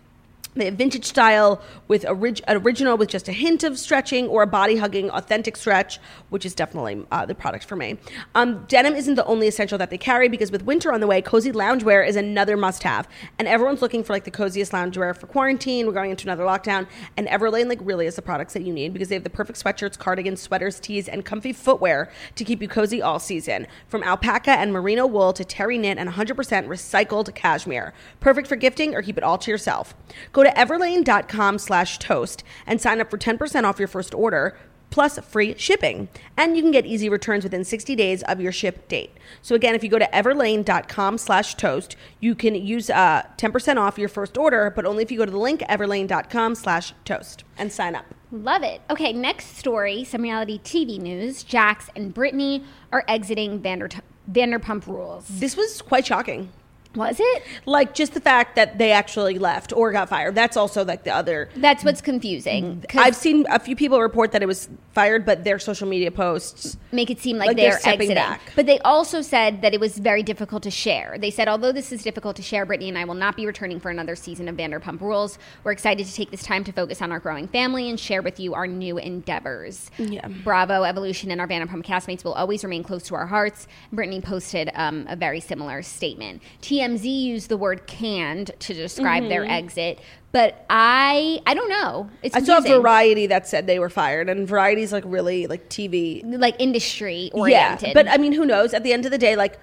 Speaker 1: They have vintage style with orig- an original with just a hint of stretching or a body hugging authentic stretch, which is definitely uh, the product for me. Um, denim isn't the only essential that they carry because with winter on the way, cozy loungewear is another must have. And everyone's looking for like the coziest loungewear for quarantine. We're going into another lockdown. And Everlane like really is the products that you need because they have the perfect sweatshirts, cardigans, sweaters, tees, and comfy footwear to keep you cozy all season. From alpaca and merino wool to terry knit and 100% recycled cashmere. Perfect for gifting or keep it all to yourself. Go to everlane.com slash toast and sign up for 10% off your first order plus free shipping. And you can get easy returns within 60 days of your ship date. So again, if you go to everlane.com slash toast, you can use uh, 10% off your first order, but only if you go to the link everlane.com slash toast and sign up.
Speaker 2: Love it. Okay, next story some reality TV news. Jax and Brittany are exiting Vander- Vanderpump Rules.
Speaker 1: This was quite shocking.
Speaker 2: Was it?
Speaker 1: Like just the fact that they actually left or got fired. That's also like the other
Speaker 2: That's what's confusing. 'cause
Speaker 1: I've seen a few people report that it was fired, but their social media posts.
Speaker 2: make it seem like,
Speaker 1: Like they're
Speaker 2: they're,
Speaker 1: stepping
Speaker 2: exiting.
Speaker 1: back.
Speaker 2: But they also said that it was very difficult to share. They said, although this is difficult to share, Brittany and I will not be returning for another season of Vanderpump Rules. We're excited to take this time to focus on our growing family and share with you our new endeavors.
Speaker 1: Yeah.
Speaker 2: Bravo, Evolution, and our Vanderpump castmates will always remain close to our hearts. Brittany posted um, a very similar statement. TMZ used the word canned to describe their exit. But I, I don't know. It's
Speaker 1: Mm-hmm. I saw
Speaker 2: confusing.
Speaker 1: Variety that said they were fired, and Variety's like really like TV
Speaker 2: like industry oriented.
Speaker 1: Yeah, but I mean, who knows? At the end of the day, like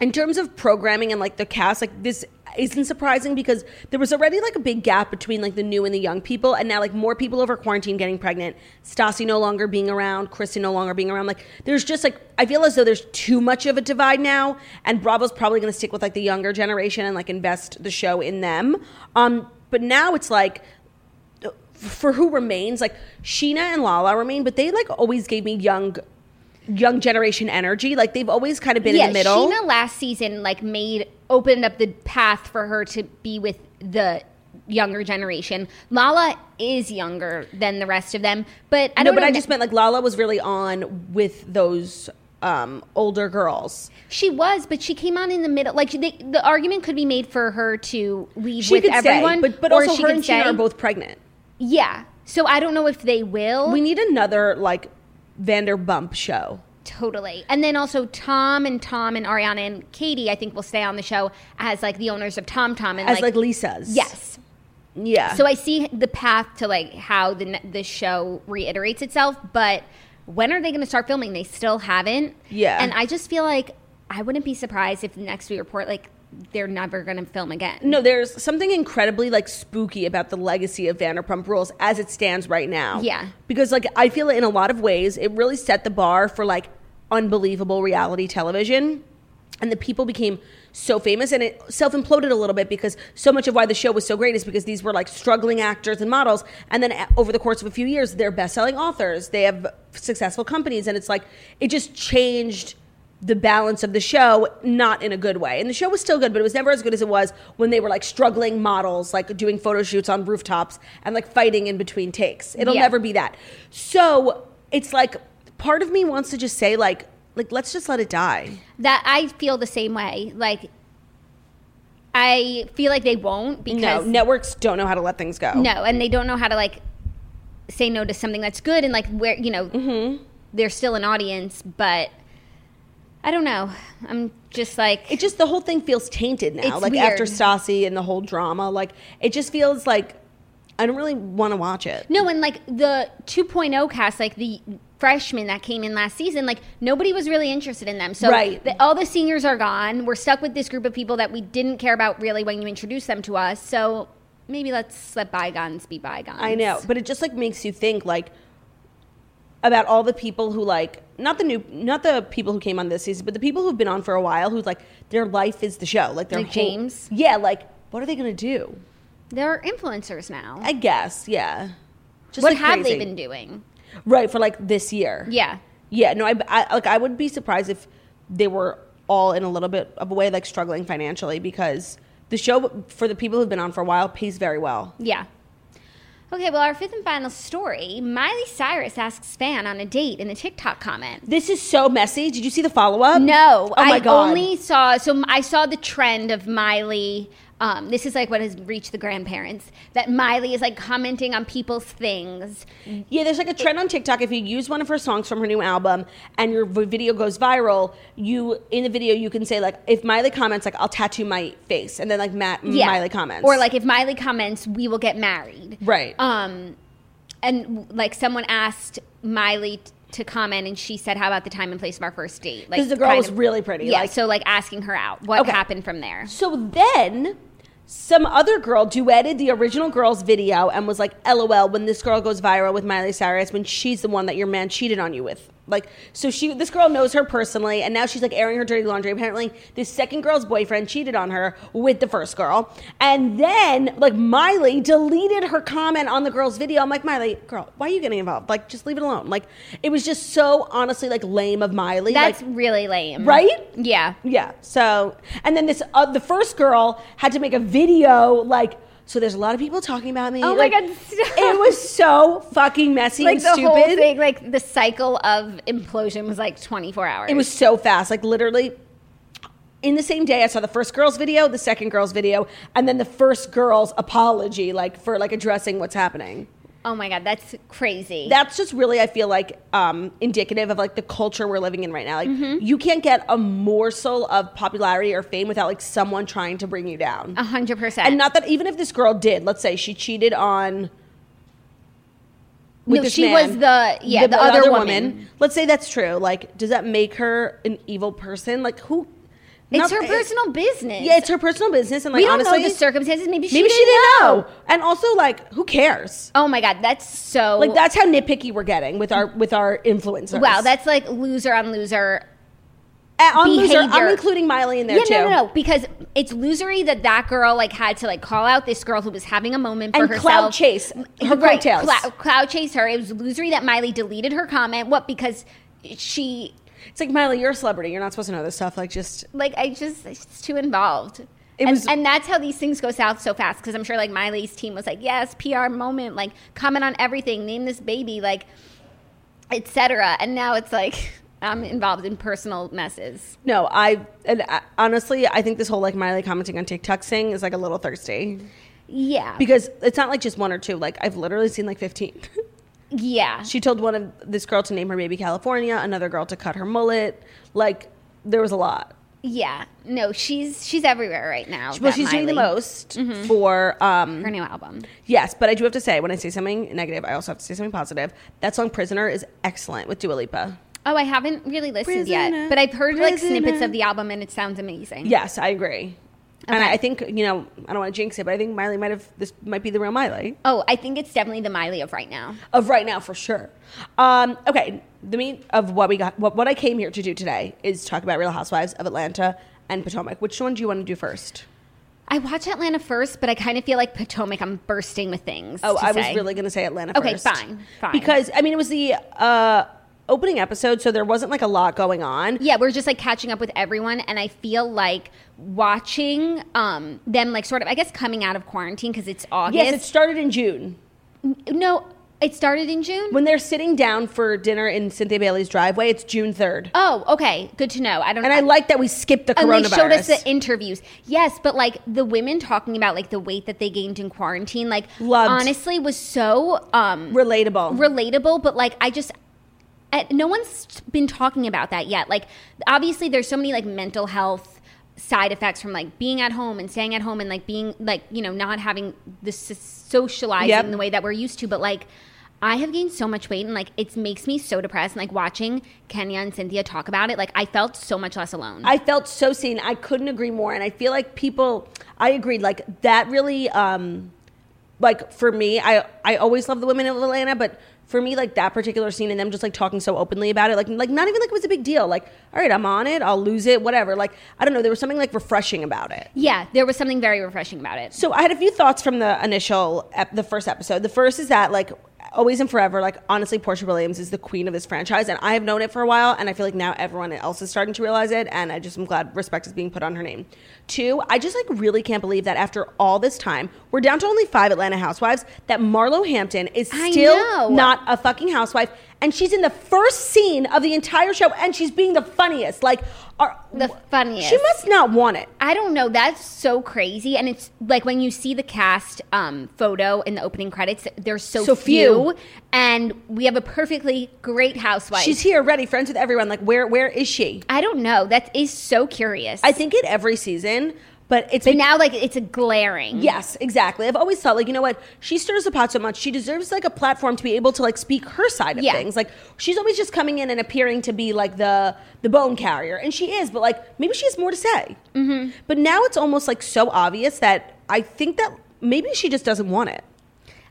Speaker 1: in terms of programming and like the cast, like this isn't surprising because there was already like a big gap between like the new and the young people, and now like more people over quarantine getting pregnant, Stassi no longer being around, Kristen no longer being around. Like there's just like I feel as though there's too much of a divide now, and Bravo's probably going to stick with like the younger generation and like invest the show in them. Um, but now it's like for who remains, like Sheena and Lala remain, but they like always gave me young, young generation energy. Like they've always kind of been
Speaker 2: yeah,
Speaker 1: in the middle.
Speaker 2: Sheena last season like made opened up the path for her to be with the younger generation. Lala is younger than the rest of them, but I
Speaker 1: no,
Speaker 2: don't
Speaker 1: but
Speaker 2: know.
Speaker 1: I just meant like Lala was really on with those um older girls.
Speaker 2: she was, but she came on in the middle. Like they, the argument could be made for her to leave
Speaker 1: She
Speaker 2: with
Speaker 1: could
Speaker 2: everyone,
Speaker 1: stay, but but
Speaker 2: or
Speaker 1: also
Speaker 2: she
Speaker 1: her
Speaker 2: can
Speaker 1: and
Speaker 2: stay.
Speaker 1: Sheena are both pregnant.
Speaker 2: Yeah, so I don't know if they will.
Speaker 1: We need another like Vanderbump show.
Speaker 2: Totally. And then also Tom and Tom and Ariana and Katie, I think will stay on the show as like the owners of Tom Tom and
Speaker 1: As like, Lisa's,
Speaker 2: yes.
Speaker 1: yeah.
Speaker 2: So I see the path to like how the ne- the show reiterates itself, but when are they going to start filming? They still haven't.
Speaker 1: Yeah.
Speaker 2: And I just feel like I wouldn't be surprised if the next we report like they're never going to film again.
Speaker 1: no, there's something incredibly like spooky about the legacy of Vanderpump Rules as it stands right now.
Speaker 2: Yeah.
Speaker 1: because like I feel in a lot of ways it really set the bar for like unbelievable reality television, and the people became so famous and it self imploded a little bit because so much of why the show was so great is because these were like struggling actors and models, and then a- over the course of a few years they're best selling authors, they have successful companies, and it's like it just changed. The balance of the show, not in a good way. And the show was still good, but it was never as good as it was when they were like struggling models, like doing photo shoots on rooftops and like fighting in between takes. It'll
Speaker 2: Yeah.
Speaker 1: never be that. So it's like part of me wants to just say like like let's just let it die.
Speaker 2: That I feel the same way. Like I feel like they won't
Speaker 1: No,
Speaker 2: because
Speaker 1: networks don't know how to let things go.
Speaker 2: No, and they don't know how to like say no to something that's good and like where you know
Speaker 1: Mm-hmm.
Speaker 2: there's still an audience, but I don't know. I'm just like
Speaker 1: It just the whole thing feels tainted now.
Speaker 2: It's
Speaker 1: like
Speaker 2: weird.
Speaker 1: after Stassi and the whole drama, like it just feels like I don't really want to watch it.
Speaker 2: no, and like the 2.0 cast, like the freshmen that came in last season, like nobody was really interested in them. So
Speaker 1: Right.
Speaker 2: the, all the seniors are gone. We're stuck with this group of people that we didn't care about really when you introduced them to us. So maybe let's let bygones be bygones.
Speaker 1: I know, but it just like makes you think like about all the people who like not the new not the people who came on this season, but the people who've been on for a while who like their life is the show, like their
Speaker 2: Like
Speaker 1: whole-
Speaker 2: James?
Speaker 1: Yeah, like what are they gonna do?
Speaker 2: They're influencers now.
Speaker 1: I guess, yeah. Just
Speaker 2: what
Speaker 1: like,
Speaker 2: have
Speaker 1: crazy.
Speaker 2: they been doing?
Speaker 1: Right for like this year.
Speaker 2: Yeah.
Speaker 1: Yeah, no, I, I like I would be surprised if they were all in a little bit of a way like struggling financially because the show for the people who've been on for a while pays very well.
Speaker 2: Yeah. Okay, well, our fifth and final story Miley Cyrus asks fan on a date in a TikTok comment.
Speaker 1: This is so messy. Did you see the follow up?
Speaker 2: No,
Speaker 1: Oh my
Speaker 2: I
Speaker 1: god.
Speaker 2: only saw so I saw the trend of Miley. Um, this is like what has reached the grandparents that Miley is like commenting on people's things.
Speaker 1: yeah, there's like a trend on TikTok. If you use one of her songs from her new album and your v- video goes viral, you in the video you can say like, if Miley comments like, I'll tattoo my face, and then like Matt Miley comments
Speaker 2: or like if Miley comments, we will get married.
Speaker 1: right.
Speaker 2: Um, and like someone asked Miley t- to comment, and she said, "How about the time and place of our first date?" Like
Speaker 1: 'Cause the girl
Speaker 2: kind
Speaker 1: was really pretty,
Speaker 2: Yeah,
Speaker 1: like-
Speaker 2: so like asking her out. What
Speaker 1: Okay.
Speaker 2: happened from there?
Speaker 1: So then some other girl duetted the original girl's video and was like, LOL, when this girl goes viral with Miley Cyrus, when she's the one that your man cheated on you with. Like, so she, this girl knows her personally, and now she's like airing her dirty laundry. Apparently, this second girl's boyfriend cheated on her with the first girl. And then, like, Miley deleted her comment on the girl's video. I'm like, Miley, girl, why are you getting involved? Like, just leave it alone. Like, it was just so honestly, like, lame of Miley.
Speaker 2: That's
Speaker 1: like,
Speaker 2: really lame,
Speaker 1: Right?
Speaker 2: Yeah.
Speaker 1: yeah. So, and then this uh, the first girl had to make a video like so there's a lot of people talking about me.
Speaker 2: Oh my
Speaker 1: like,
Speaker 2: God, stop.
Speaker 1: It was so fucking messy
Speaker 2: Like
Speaker 1: and
Speaker 2: the
Speaker 1: stupid.
Speaker 2: whole thing, like the cycle of implosion was like 24 hours.
Speaker 1: It was so fast. Like literally in the same day I saw the first girl's video, the second girl's video, and then the first girl's apology like for like addressing what's happening.
Speaker 2: Oh my god, that's crazy.
Speaker 1: That's just really I feel like um indicative of like the culture we're living in right now. Like
Speaker 2: Mm-hmm.
Speaker 1: you can't get a morsel of popularity or fame without like someone trying to bring you down.
Speaker 2: a hundred percent.
Speaker 1: And not that even if this girl did, let's say she cheated on. with
Speaker 2: no,
Speaker 1: this
Speaker 2: she
Speaker 1: man,
Speaker 2: was the yeah the, other, woman.
Speaker 1: Let's say that's true. Like, does that make her an evil person? Like, who?
Speaker 2: It's
Speaker 1: not-
Speaker 2: her personal business.
Speaker 1: Yeah, it's her personal business, and like
Speaker 2: we don't
Speaker 1: honestly,
Speaker 2: know the circumstances. Maybe she
Speaker 1: maybe
Speaker 2: didn't
Speaker 1: she didn't know.
Speaker 2: know.
Speaker 1: And also, like, who cares?
Speaker 2: Oh my god, that's so
Speaker 1: Like, that's how nitpicky we're getting with our with our influencers.
Speaker 2: Oh, wow. That's like loser on loser.
Speaker 1: And on loser, I'm
Speaker 2: behavior.
Speaker 1: including Miley in there
Speaker 2: yeah,
Speaker 1: too.
Speaker 2: no, no, no, because it's losery that that girl like had to like call out this girl who was having a moment for
Speaker 1: And
Speaker 2: herself.
Speaker 1: cloud chase her
Speaker 2: right,
Speaker 1: coattails.
Speaker 2: Cloud, cloud chase her. It was losery that Miley deleted her comment. What? Because she
Speaker 1: It's like Miley, you're a celebrity. You're not supposed to know this stuff. Like, just
Speaker 2: like I just it's too involved.
Speaker 1: It
Speaker 2: and,
Speaker 1: was-
Speaker 2: and that's how these things go south so fast because I'm sure like Miley's team was like, yes, PR moment, like comment on everything, name this baby, like etc. And now it's like I'm involved in personal messes.
Speaker 1: No, I and I, honestly, I think this whole like Miley commenting on TikTok thing is like a little thirsty
Speaker 2: Yeah,
Speaker 1: because it's not like just one or two. Like I've literally seen like fifteen.
Speaker 2: yeah,
Speaker 1: she told one of this girl to name her baby California, another girl to cut her mullet. Like there was a lot.
Speaker 2: yeah. No, she's she's everywhere right now.
Speaker 1: Well,
Speaker 2: that
Speaker 1: she's doing the
Speaker 2: Miley. Mm-hmm.
Speaker 1: most for um
Speaker 2: Her new album.
Speaker 1: yes, but I do have to say when I say something negative, I also have to say something positive. That song "Prisoner" is excellent with Dua Lipa.
Speaker 2: Oh, I haven't really listened
Speaker 1: Prisoner,
Speaker 2: yet, but I've heard like snippets
Speaker 1: prisoner.
Speaker 2: of the album and it sounds amazing.
Speaker 1: Yes, I agree. And
Speaker 2: Okay.
Speaker 1: I I think you know I don't want to jinx it, but I think Miley might have this might be the real Miley.
Speaker 2: Oh, I think it's definitely the Miley of right now.
Speaker 1: of right now for sure. Um, okay, the meat of what we got, what, what I came here to do today is talk about Real Housewives of Atlanta and Potomac. Which one do you want to do first?
Speaker 2: I watch Atlanta first, but I kind of feel like Potomac. I'm bursting with things.
Speaker 1: Oh,
Speaker 2: to
Speaker 1: I was
Speaker 2: say.
Speaker 1: really going to say Atlanta.
Speaker 2: Okay,
Speaker 1: first.
Speaker 2: fine, fine.
Speaker 1: Because I mean, it was the uh, opening episode, so there wasn't like a lot going on.
Speaker 2: Yeah, we're just like catching up with everyone, and I feel like watching um them like sort of I guess coming out of quarantine because it's August.
Speaker 1: Yes, it started in June
Speaker 2: no, it started in June.
Speaker 1: when they're sitting down for dinner in Cynthia Bailey's driveway. It's June third,
Speaker 2: oh, okay, good to know. I don't.
Speaker 1: and I like that we skipped the
Speaker 2: And
Speaker 1: coronavirus.
Speaker 2: they showed us the interviews. Yes, but like the women talking about like the weight that they gained in quarantine, like
Speaker 1: Loved.
Speaker 2: honestly was so um
Speaker 1: relatable.
Speaker 2: relatable, but like I just I, no one's been talking about that yet. Like obviously there's so many like mental health side effects from like being at home and staying at home and like being like you know not having the s- socializing
Speaker 1: Yep.
Speaker 2: in the way that we're used to, but like I have gained so much weight and like it makes me so depressed. And like watching Kenya and Cynthia talk about it, like I felt so much less alone.
Speaker 1: I felt so seen. I couldn't agree more. And I feel like people, I agreed. Like that really, um, like for me, I I always love the women of Atlanta, but for me, like that particular scene and them just like talking so openly about it, like like not even like it was a big deal. Like, all right, I'm on it. I'll lose it. Whatever. Like I don't know. There was something like refreshing about it.
Speaker 2: yeah, there was something very refreshing about it.
Speaker 1: So I had a few thoughts from the initial, ep- the first episode. The first is that like always and forever, like honestly, Portia Williams is the queen of this franchise, and I have known it for a while, and I feel like now everyone else is starting to realize it, and I just am glad respect is being put on her name. Two, I just like really can't believe that after all this time, we're down to only five Atlanta housewives, that Marlo Hampton is
Speaker 2: I know.
Speaker 1: still not a fucking housewife. And she's in the first scene of the entire show, and she's being the funniest. Like, are,
Speaker 2: The funniest.
Speaker 1: She must not want it.
Speaker 2: I don't know. That's so crazy. And it's like when you see the cast um, photo in the opening credits, there's so,
Speaker 1: So few.
Speaker 2: few. And we have a perfectly great housewife.
Speaker 1: She's here, ready, friends with everyone. Like, where where is she?
Speaker 2: I don't know. That is so curious.
Speaker 1: I think it every season, but it's
Speaker 2: but now, like, it's a glaring.
Speaker 1: yes, exactly. I've always thought like, you know what? She stirs the pot so much. She deserves like a platform to be able to like speak her side of
Speaker 2: Yeah.
Speaker 1: things. Like, she's always just coming in and appearing to be like the the bone carrier, and she is. But like, maybe she has more to say. Mm-hmm. But now it's almost like so obvious that I think that maybe she just doesn't want it.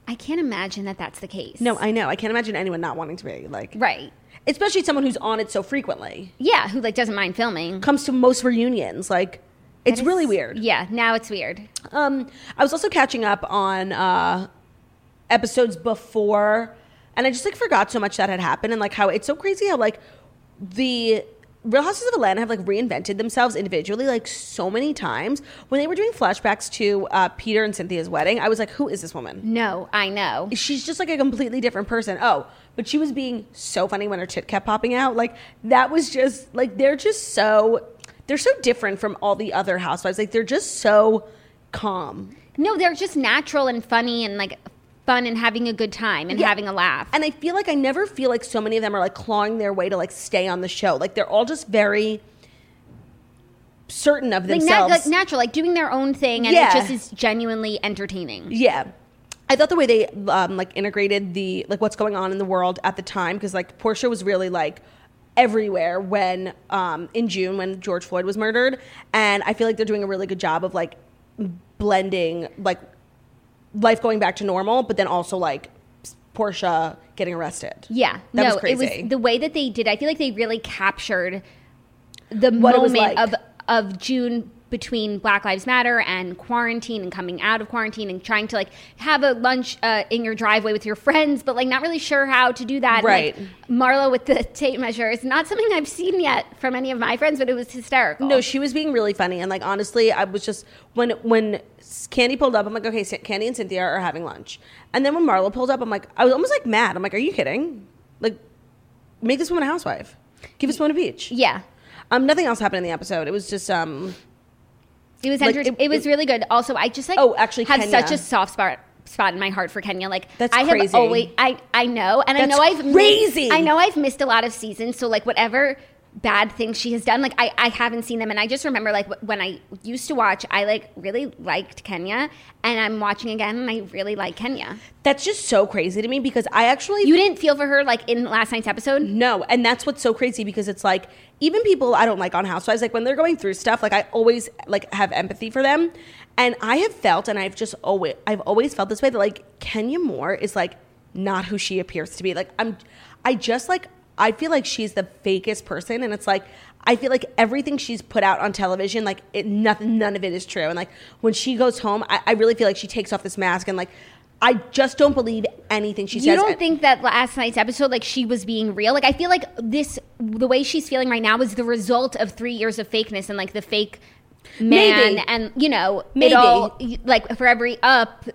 Speaker 2: I can't imagine that that's the case.
Speaker 1: No, I know. I can't imagine anyone not wanting to be like
Speaker 2: Right.
Speaker 1: especially someone who's on it so frequently.
Speaker 2: Yeah, who, like, doesn't mind filming.
Speaker 1: Comes to most reunions, like. It's really weird.
Speaker 2: Yeah, now it's weird.
Speaker 1: Um, I was also catching up on uh, episodes before, and I just like forgot so much that had happened, and like how it's so crazy how like the Real Houses of Atlanta have like reinvented themselves individually like so many times. When they were doing flashbacks to uh, Peter and Cynthia's wedding, I was like, who is this woman?
Speaker 2: No, I know.
Speaker 1: She's just like a completely different person. Oh, but she was being so funny when her tit kept popping out. Like that was just like they're just so they're so different from all the other housewives. Like they're just so calm
Speaker 2: No, they're just natural and funny and, like, fun and having a good time and
Speaker 1: Yeah.
Speaker 2: having a laugh.
Speaker 1: And I feel like I never feel like so many of them are like clawing their way to like stay on the show. Like they're all just very certain of
Speaker 2: like, nat-
Speaker 1: themselves.
Speaker 2: like natural, like doing their own thing, and
Speaker 1: Yeah.
Speaker 2: it just is genuinely entertaining.
Speaker 1: yeah. I thought the way they um, like integrated the like what's going on in the world at the time because like Portia was really like everywhere when um, in June when George Floyd was murdered, and I feel like they're doing a really good job of like blending like life going back to normal, but then also like Portia getting arrested.
Speaker 2: Yeah,
Speaker 1: That
Speaker 2: no,
Speaker 1: was crazy.
Speaker 2: it was the way that they did. I feel like they really captured the
Speaker 1: What it was
Speaker 2: moment
Speaker 1: like.
Speaker 2: of of June between Black Lives Matter and quarantine and coming out of quarantine and trying to like have a lunch uh, in your driveway with your friends, but like not really sure how to do that.
Speaker 1: Right.
Speaker 2: like, Marlo with the tape measure is not something I've seen yet from any of my friends, but it was hysterical.
Speaker 1: No, she was being really funny, and like honestly, I was just when when Candy pulled up, I'm like, okay, Sa- Candy and Cynthia are having lunch, and then when Marlo pulled up, I'm like, I was almost like mad. I'm like, are you kidding? Like, make this woman a housewife, give this woman a beach.
Speaker 2: yeah,
Speaker 1: Um, nothing else happened in the episode. It was just um,
Speaker 2: It was
Speaker 1: Like,
Speaker 2: enter-
Speaker 1: it-
Speaker 2: it, was
Speaker 1: it-
Speaker 2: really good. Also, I just like
Speaker 1: Oh, actually,
Speaker 2: have
Speaker 1: Kenya.
Speaker 2: such a soft spot spot in my heart for Kenya. Like
Speaker 1: That's
Speaker 2: I
Speaker 1: crazy.
Speaker 2: have always I I know and
Speaker 1: That's
Speaker 2: I know I've mi-
Speaker 1: crazy.
Speaker 2: I know I've missed a lot of seasons. So like whatever bad things she has done, like I I haven't seen them. And I just remember like wh- when I used to watch, I like really liked Kenya, and I'm watching again, and I really like Kenya.
Speaker 1: that's just so crazy to me because I actually
Speaker 2: You didn't feel for her like in last night's episode.
Speaker 1: No, and that's what's so crazy because it's like even people I don't like on Housewives, like when they're going through stuff, like I always like have empathy for them, and I have felt, and I've just always I've always felt this way that like Kenya Moore is like not who she appears to be. Like I'm, I just like I feel like she's the fakest person, and it's like I feel like everything she's put out on television, like it, nothing, none of it is true. And like when she goes home, I, I really feel like she takes off this mask and like. I just don't believe anything she
Speaker 2: you
Speaker 1: says.
Speaker 2: don't
Speaker 1: And-
Speaker 2: think that last night's episode like she was being real like i feel like this the way she's feeling right now is the result of three years of fakeness and like the fake man
Speaker 1: Maybe.
Speaker 2: and you know
Speaker 1: Maybe.
Speaker 2: it all y- like for every up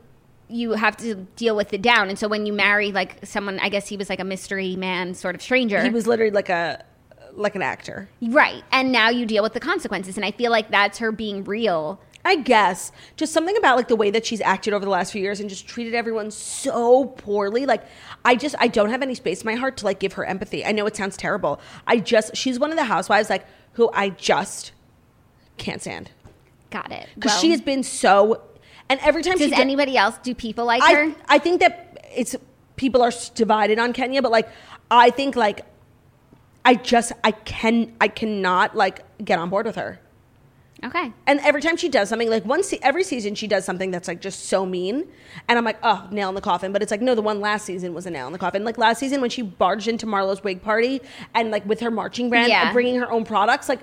Speaker 2: you have to deal with the down and so when you marry like someone i guess he was like a mystery man sort of stranger
Speaker 1: he was literally like a like an actor
Speaker 2: right and now you deal with the consequences and i feel like that's her being real
Speaker 1: i guess just something about like the way that she's acted over the last few years and just treated everyone so poorly like i just i don't have any space in my heart to like give her empathy i know it sounds terrible i just she's one of the housewives like who i just can't stand
Speaker 2: got it
Speaker 1: because
Speaker 2: Well,
Speaker 1: she has been so and every time
Speaker 2: does
Speaker 1: she do-
Speaker 2: anybody else do people like her
Speaker 1: I, I think that it's people are s- divided on Kenya, but like I think like I just I can I cannot like get on board with her.
Speaker 2: Okay.
Speaker 1: And every time she does something, like once every season she does something that's like just so mean, and I'm like, oh, nail in the coffin. But it's like, no, the one last season was a nail in the coffin. Like last season when she barged into Marlo's wig party and like with her marching brand
Speaker 2: Yeah.
Speaker 1: and bringing her own products, like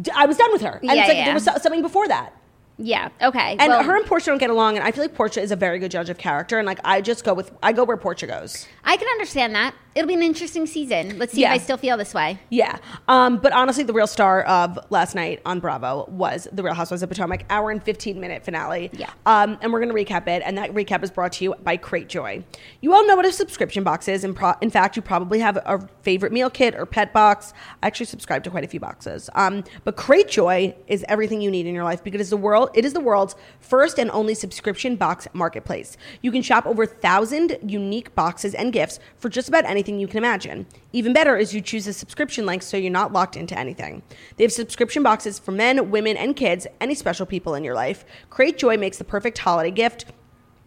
Speaker 1: d- I was done with her. And
Speaker 2: Yeah,
Speaker 1: it's like
Speaker 2: yeah.
Speaker 1: there was so- something before that.
Speaker 2: Yeah. Okay.
Speaker 1: And
Speaker 2: well,
Speaker 1: her and Portia don't get along, and I feel like Portia is a very good judge of character, and like I just go with I go where Portia goes.
Speaker 2: I can understand that. It'll be an interesting season. Let's see
Speaker 1: Yeah.
Speaker 2: if I still feel this way.
Speaker 1: Yeah. Um, but honestly, the real star of last night on Bravo was The Real Housewives of Potomac, hour and 15 minute finale.
Speaker 2: Yeah.
Speaker 1: Um, and we're going to recap it. And that recap is brought to you by Crate Joy. You all know what a subscription box is. And pro- in fact, you probably have a favorite meal kit or pet box. I actually subscribe to quite a few boxes. Um, but Crate Joy is everything you need in your life because it's the world, it is the world's first and only subscription box marketplace. You can shop over 1,000 unique boxes and gifts for just about anything you can imagine. Even better is you choose a subscription link so you're not locked into anything. They have subscription boxes for men, women, and kids, any special people in your life. Crate Joy makes the perfect holiday gift.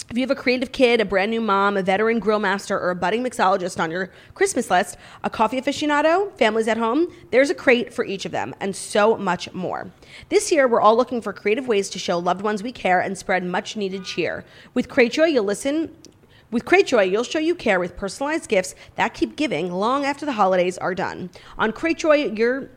Speaker 1: If you have a creative kid, a brand new mom, a veteran grill master, or a budding mixologist on your Christmas list, a coffee aficionado, families at home, there's a crate for each of them, and so much more. This year, we're all looking for creative ways to show loved ones we care and spread much needed cheer. With Crate Joy, you'll listen. With Crate Joy, you'll show you care with personalized gifts that keep giving long after the holidays are done. On Crate Joy, you're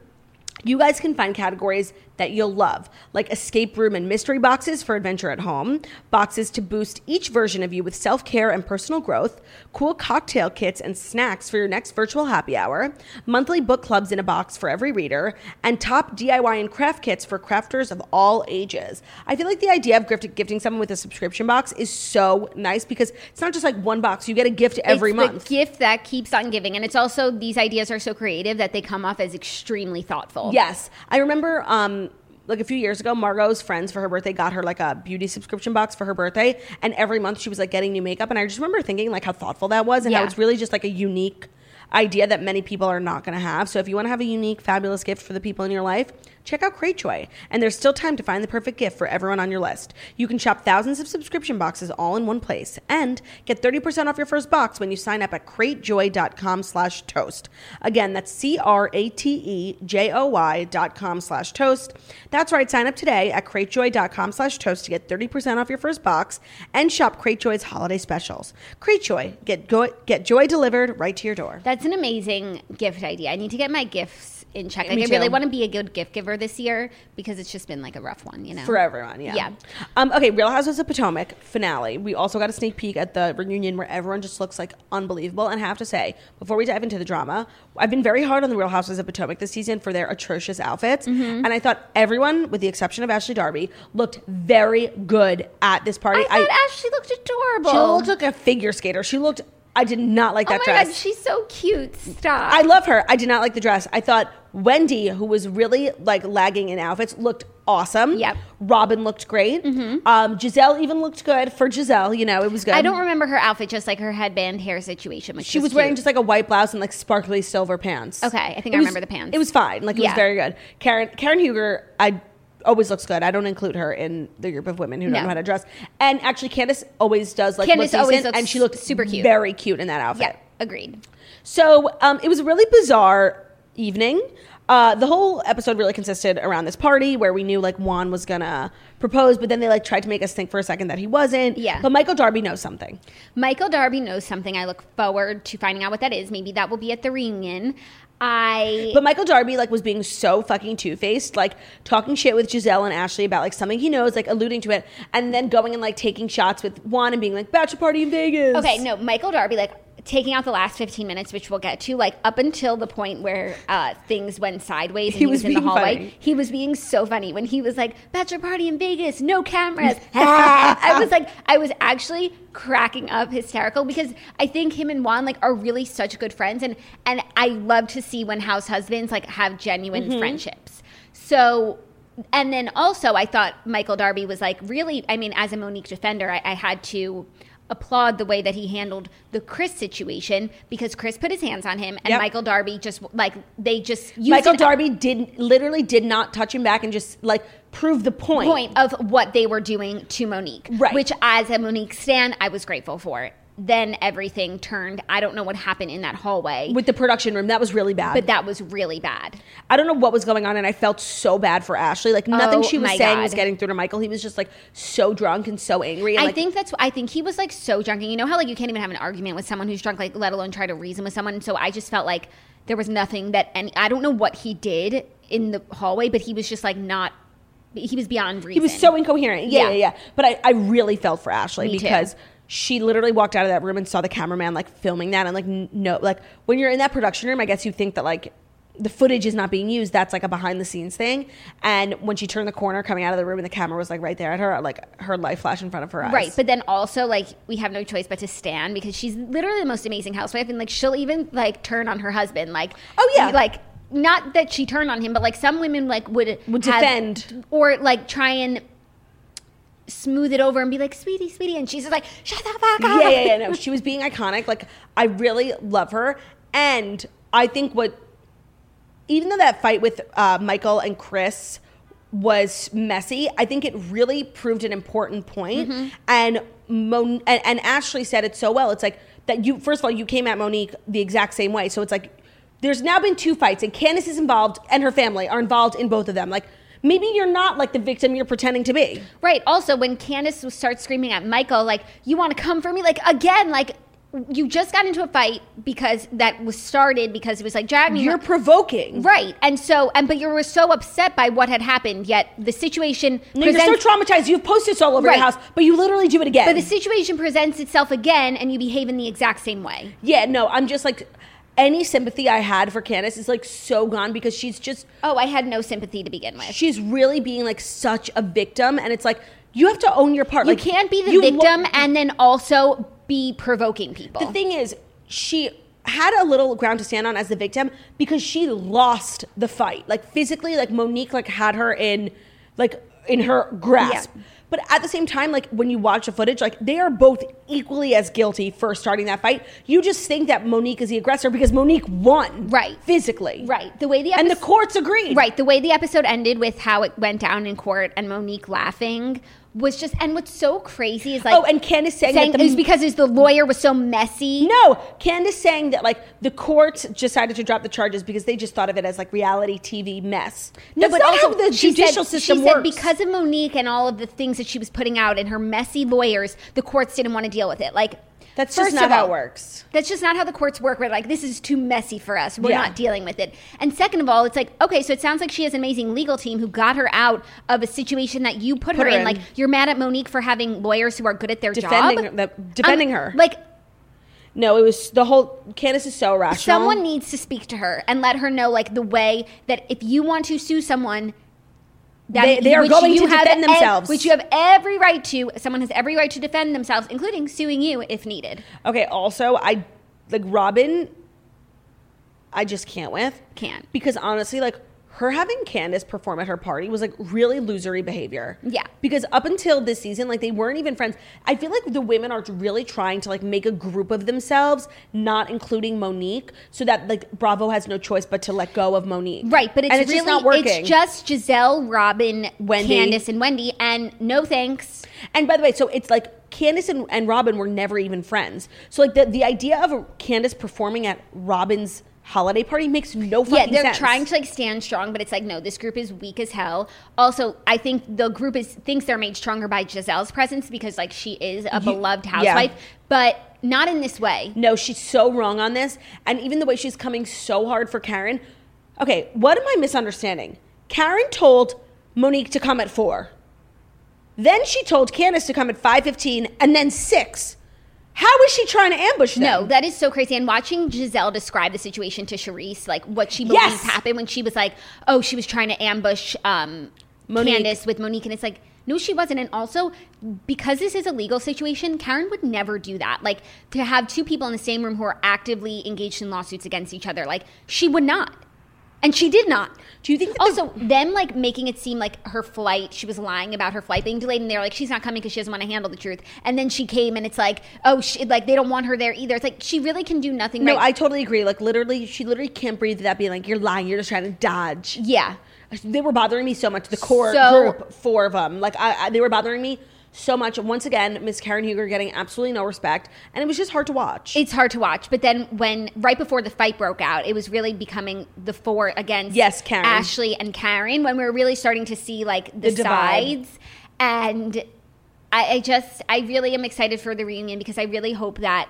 Speaker 1: you guys can find categories that you'll love, like escape room and mystery boxes for adventure at home, boxes to boost each version of you with self care and personal growth, cool cocktail kits and snacks for your next virtual happy hour, monthly book clubs in a box for every reader, and top DIY and craft kits for crafters of all ages. I feel like the idea of gift- gifting someone with a subscription box is so nice because it's not just like one box, you get a gift every
Speaker 2: it's
Speaker 1: month.
Speaker 2: The gift that keeps on giving. And it's also these ideas are so creative that they come off as extremely thoughtful.
Speaker 1: Yes, I remember. Um, like a few years ago, Margot's friends for her birthday got her like a beauty subscription box for her birthday, and every month she was like getting new makeup. And I just remember thinking like how thoughtful that was, and how
Speaker 2: Yeah.
Speaker 1: it's really just like a unique idea that many people are not going to have. So if you want to have a unique, fabulous gift for the people in your life, check out Crate Joy. And there's still time to find the perfect gift for everyone on your list. You can shop thousands of subscription boxes all in one place and get 30% off your first box when you sign up at cratejoy.com slash toast. Again, that's E C-R-A-T-E-J-O-Y dot com slash toast. That's right. Sign up today at cratejoy.com slash toast to get 30% off your first box and shop Crate Joy's holiday specials. Crate Joy, get, go- get joy delivered right to your door.
Speaker 2: That's an amazing gift idea. I need to get my gifts in check. Like,
Speaker 1: Me
Speaker 2: I really
Speaker 1: too.
Speaker 2: want to be a good gift giver this year because it's just been like a rough one, you know?
Speaker 1: for everyone. Yeah.
Speaker 2: Yeah.
Speaker 1: Um, okay. Real Housewives of Potomac finale. We also got a sneak peek at the reunion where everyone just looks like unbelievable. And I have to say, before we dive into the drama, I've been very hard on the Real Housewives of Potomac this season for their atrocious outfits,
Speaker 2: Mm-hmm.
Speaker 1: and I thought everyone, with the exception of Ashley Darby, looked very good at this party.
Speaker 2: I thought Ashley looked adorable.
Speaker 1: she looked like a figure skater. She looked. I did not like
Speaker 2: oh
Speaker 1: that
Speaker 2: my
Speaker 1: dress.
Speaker 2: God, she's so cute. Stop.
Speaker 1: I love her. I did not like the dress. I thought Wendy, who was really like lagging in outfits, looked awesome.
Speaker 2: Yep. Mm-hmm.
Speaker 1: Robin looked great. Um, Giselle even looked good for Giselle. You know, it was good.
Speaker 2: I don't remember her outfit, just like her headband hair situation. Which
Speaker 1: She was wearing just like a white blouse and like sparkly silver pants.
Speaker 2: Okay, I
Speaker 1: It
Speaker 2: think I
Speaker 1: was-
Speaker 2: remember the pants.
Speaker 1: It was fine. Like it was
Speaker 2: Yeah.
Speaker 1: very good. Karen Karen Huger, I always looks good. I don't include her in the group of women who
Speaker 2: No.
Speaker 1: don't know how to dress. And actually, Candace always does like
Speaker 2: Candace
Speaker 1: look
Speaker 2: always
Speaker 1: decent,
Speaker 2: looks
Speaker 1: and she looked
Speaker 2: super cute.
Speaker 1: very cute in that outfit.
Speaker 2: Yeah, agreed.
Speaker 1: So um, it was a really bizarre evening. Uh, the whole episode really consisted around this party where we knew like Juan was gonna propose, but then they like tried to make us think for a second that he wasn't.
Speaker 2: Yeah.
Speaker 1: But Michael Darby knows something.
Speaker 2: Michael Darby knows something. I look forward to finding out what that is. Maybe that will be at the reunion. I
Speaker 1: But Michael Darby like was being so fucking two faced, like talking shit with Giselle and Ashley about like something he knows, like alluding to it, and then going and like taking shots with Juan and being like bachelor party in Vegas.
Speaker 2: Okay, no, Michael Darby, like taking out the last 15 minutes, which we'll get to, like up until the point where uh, things went sideways and he,
Speaker 1: was
Speaker 2: was, in the
Speaker 1: being
Speaker 2: hallway,
Speaker 1: funny.
Speaker 2: he was being so funny. When he was like, Bachelor Party in Vegas, no cameras. I was like, I was actually cracking up hysterical because I think him and Juan like are really such good friends and and I love to see when house husbands like have genuine
Speaker 1: Mm-hmm.
Speaker 2: friendships. So and then also, I thought Michael Darby was like really. I mean, as a Monique defender, I, I had to applaud the way that he handled the Chris situation because Chris put his hands on him, and
Speaker 1: Yep.
Speaker 2: Michael Darby just like they just used
Speaker 1: Michael
Speaker 2: an
Speaker 1: Darby did literally did not touch him back and just like prove the point.
Speaker 2: point of what they were doing to Monique,
Speaker 1: Right.
Speaker 2: which as a Monique stan, I was grateful for. then everything turned. I don't know what happened in that hallway,
Speaker 1: with the production room. That was really bad.
Speaker 2: but that was really bad.
Speaker 1: I don't know what was going on, and I felt so bad for Ashley. Like nothing
Speaker 2: Oh,
Speaker 1: she was
Speaker 2: my
Speaker 1: saying
Speaker 2: God.
Speaker 1: was getting through to Michael. He was just like so drunk and so angry. And,
Speaker 2: I
Speaker 1: like,
Speaker 2: think that's. I think he was like so drunk, and you know how like you can't even have an argument with someone who's drunk, like let alone try to reason with someone. So I just felt like there was nothing that any. I don't know what he did in the hallway, but he was just like not. He was beyond reason.
Speaker 1: he was so incoherent. Yeah, yeah,
Speaker 2: Yeah.
Speaker 1: yeah. But I, I really felt for Ashley
Speaker 2: Me too.
Speaker 1: because she literally walked out of that room and saw the cameraman like filming that, and like n- no, like when you're in that production room, I guess you think that like the footage is not being used. That's like a behind the scenes thing. And when she turned the corner coming out of the room, and the camera was like right there at her, like her life flashed in front of her eyes.
Speaker 2: Right, but then also like we have no choice but to stand because she's literally the most amazing housewife, and like she'll even like turn on her husband, like
Speaker 1: Oh, yeah.
Speaker 2: he, like not that she turned on him, but like some women like would
Speaker 1: Would
Speaker 2: have-
Speaker 1: defend.
Speaker 2: or like try and smooth it over and be like, sweetie, sweetie, and she's just like, shut the fuck up.
Speaker 1: yeah, yeah, yeah. No, she was being iconic. Like I really love her, and I think what, even though that fight with uh, Michael and Chris was messy, I think it really proved an important point. And Mon- and, and Ashley said it so well. It's like that you first of all you came at Monique the exact same way. So it's like there's now been two fights, and Candace is involved, and her family are involved in both of them. Like. Maybe you're not like the victim you're pretending to be.
Speaker 2: Right. Also, when Candace starts screaming at Michael, like, you want to come for me? Like, again, like, you just got into a fight because that was started because it was like, drag me.
Speaker 1: You're provoking.
Speaker 2: Right. And so, and but you were so upset by what had happened, yet the situation.
Speaker 1: No, you're so
Speaker 2: presents-
Speaker 1: traumatized. You've posters all over
Speaker 2: Right.
Speaker 1: your house, but you literally do it again.
Speaker 2: But the situation presents itself again, and you behave in the exact same way.
Speaker 1: yeah, no, I'm just like, any sympathy I had for Candace is like so gone because she's just,
Speaker 2: Oh, I had no sympathy to begin with.
Speaker 1: she's really being like such a victim. And it's like, you have to own your part.
Speaker 2: you
Speaker 1: like,
Speaker 2: can't be the
Speaker 1: you lo-
Speaker 2: victim and then also be provoking people.
Speaker 1: the thing is, she had a little ground to stand on as the victim because she lost the fight. Like physically, like Monique like had her in like in her grasp.
Speaker 2: Yeah.
Speaker 1: But at the same time, like when you watch the footage, like they are both equally as guilty for starting that fight. You just think that Monique is the aggressor because Monique won.
Speaker 2: Right.
Speaker 1: Physically.
Speaker 2: Right. The way the
Speaker 1: and the
Speaker 2: epis-
Speaker 1: courts agreed.
Speaker 2: Right. The way the episode ended with how it went down in court and Monique laughing was just, and what's so crazy is like.
Speaker 1: oh, and Candace saying,
Speaker 2: saying
Speaker 1: that
Speaker 2: it
Speaker 1: the
Speaker 2: was because it was the lawyer was so messy.
Speaker 1: No, Candace saying that like the courts decided to drop the charges because they just thought of it as like reality TV mess. That's not how the
Speaker 2: she said-
Speaker 1: judicial system
Speaker 2: she
Speaker 1: works.
Speaker 2: said because of Monique and all of the things that she was putting out and her messy lawyers, the courts didn't want to deal with it. Like
Speaker 1: That's just
Speaker 2: first
Speaker 1: not
Speaker 2: of
Speaker 1: how
Speaker 2: all,
Speaker 1: it works.
Speaker 2: That's just not how the courts work. We're like, this is too messy for us. We're
Speaker 1: Yeah.
Speaker 2: not dealing with it. And second of all, it's like, okay, so it sounds like she has an amazing legal team who got her out of a situation that you put, her,
Speaker 1: her
Speaker 2: in.
Speaker 1: in.
Speaker 2: Like, you're mad at Monique for having lawyers who are good at their
Speaker 1: defending her,
Speaker 2: job.
Speaker 1: the, defending
Speaker 2: Um,
Speaker 1: her.
Speaker 2: Like,
Speaker 1: no, it was the whole Candace is so irrational.
Speaker 2: someone needs to speak to her and let her know like the way that if you want to sue someone that
Speaker 1: They- they are
Speaker 2: which
Speaker 1: going
Speaker 2: you
Speaker 1: to
Speaker 2: have
Speaker 1: defend
Speaker 2: ev-
Speaker 1: themselves.
Speaker 2: which you have every right to someone has every right to defend themselves including suing you if needed
Speaker 1: Okay, also I like Robin I just can't with.
Speaker 2: Can't.
Speaker 1: Because honestly, like her having Candace perform at her party was like really losery behavior.
Speaker 2: Yeah.
Speaker 1: Because up until this season, like they weren't even friends. I feel like the women are really trying to like make a group of themselves, not including Monique, so that like Bravo has no choice but to let go of Monique.
Speaker 2: right but it's,
Speaker 1: and it's
Speaker 2: really
Speaker 1: just not working.
Speaker 2: it's just giselle robin
Speaker 1: Wendy.
Speaker 2: candace and wendy and no thanks
Speaker 1: And by the way, so it's like Candace and, and Robin were never even friends. So like the, the idea of Candace performing at Robin's holiday party makes no fucking sense.
Speaker 2: yeah they're trying to like stand strong but it's like no this group is weak as hell also i think the group is thinks they're made stronger by giselle's presence because like she is a beloved housewife but not in this way
Speaker 1: No, she's so wrong on this. And even the way she's coming so hard for Karen. Okay, what am I misunderstanding? Karen told Monique to come at four. Then she told Candace to come at five fifteen and then six. How is she trying to ambush them?
Speaker 2: No, that is so crazy. And watching Giselle describe the situation to Charisse, like what she believes
Speaker 1: Yes.
Speaker 2: happened when she was like, oh, she was trying to ambush um,
Speaker 1: Monique.
Speaker 2: Candace with Monique. And it's like, no, she wasn't. And also, because this is a legal situation, Karen would never do that. Like, to have two people in the same room who are actively engaged in lawsuits against each other, like, she would not. And she did not.
Speaker 1: Do you think that
Speaker 2: also them like making it seem like her flight? She was lying about her flight being delayed, and they're like, she's not coming because she doesn't want to handle the truth. And then she came, and it's like, oh, she, like they don't want her there either. It's like she really can do nothing.
Speaker 1: No, I
Speaker 2: right.
Speaker 1: totally agree. Like literally, she literally can't breathe without being like, "You're lying. You're just trying to dodge."
Speaker 2: yeah.
Speaker 1: They were bothering me so much. The core
Speaker 2: So-
Speaker 1: group, four of them. Like I, I, they were bothering me so much. Once again, Miss Karen Huger getting absolutely no respect, and it was just hard to watch.
Speaker 2: It's hard to watch, but then when right before the fight broke out, it was really becoming the four against
Speaker 1: Yes, Karen.
Speaker 2: Ashley and Karen when we were really starting to see like the,
Speaker 1: The divide.
Speaker 2: sides, and I, I just I really am excited for the reunion because I really hope that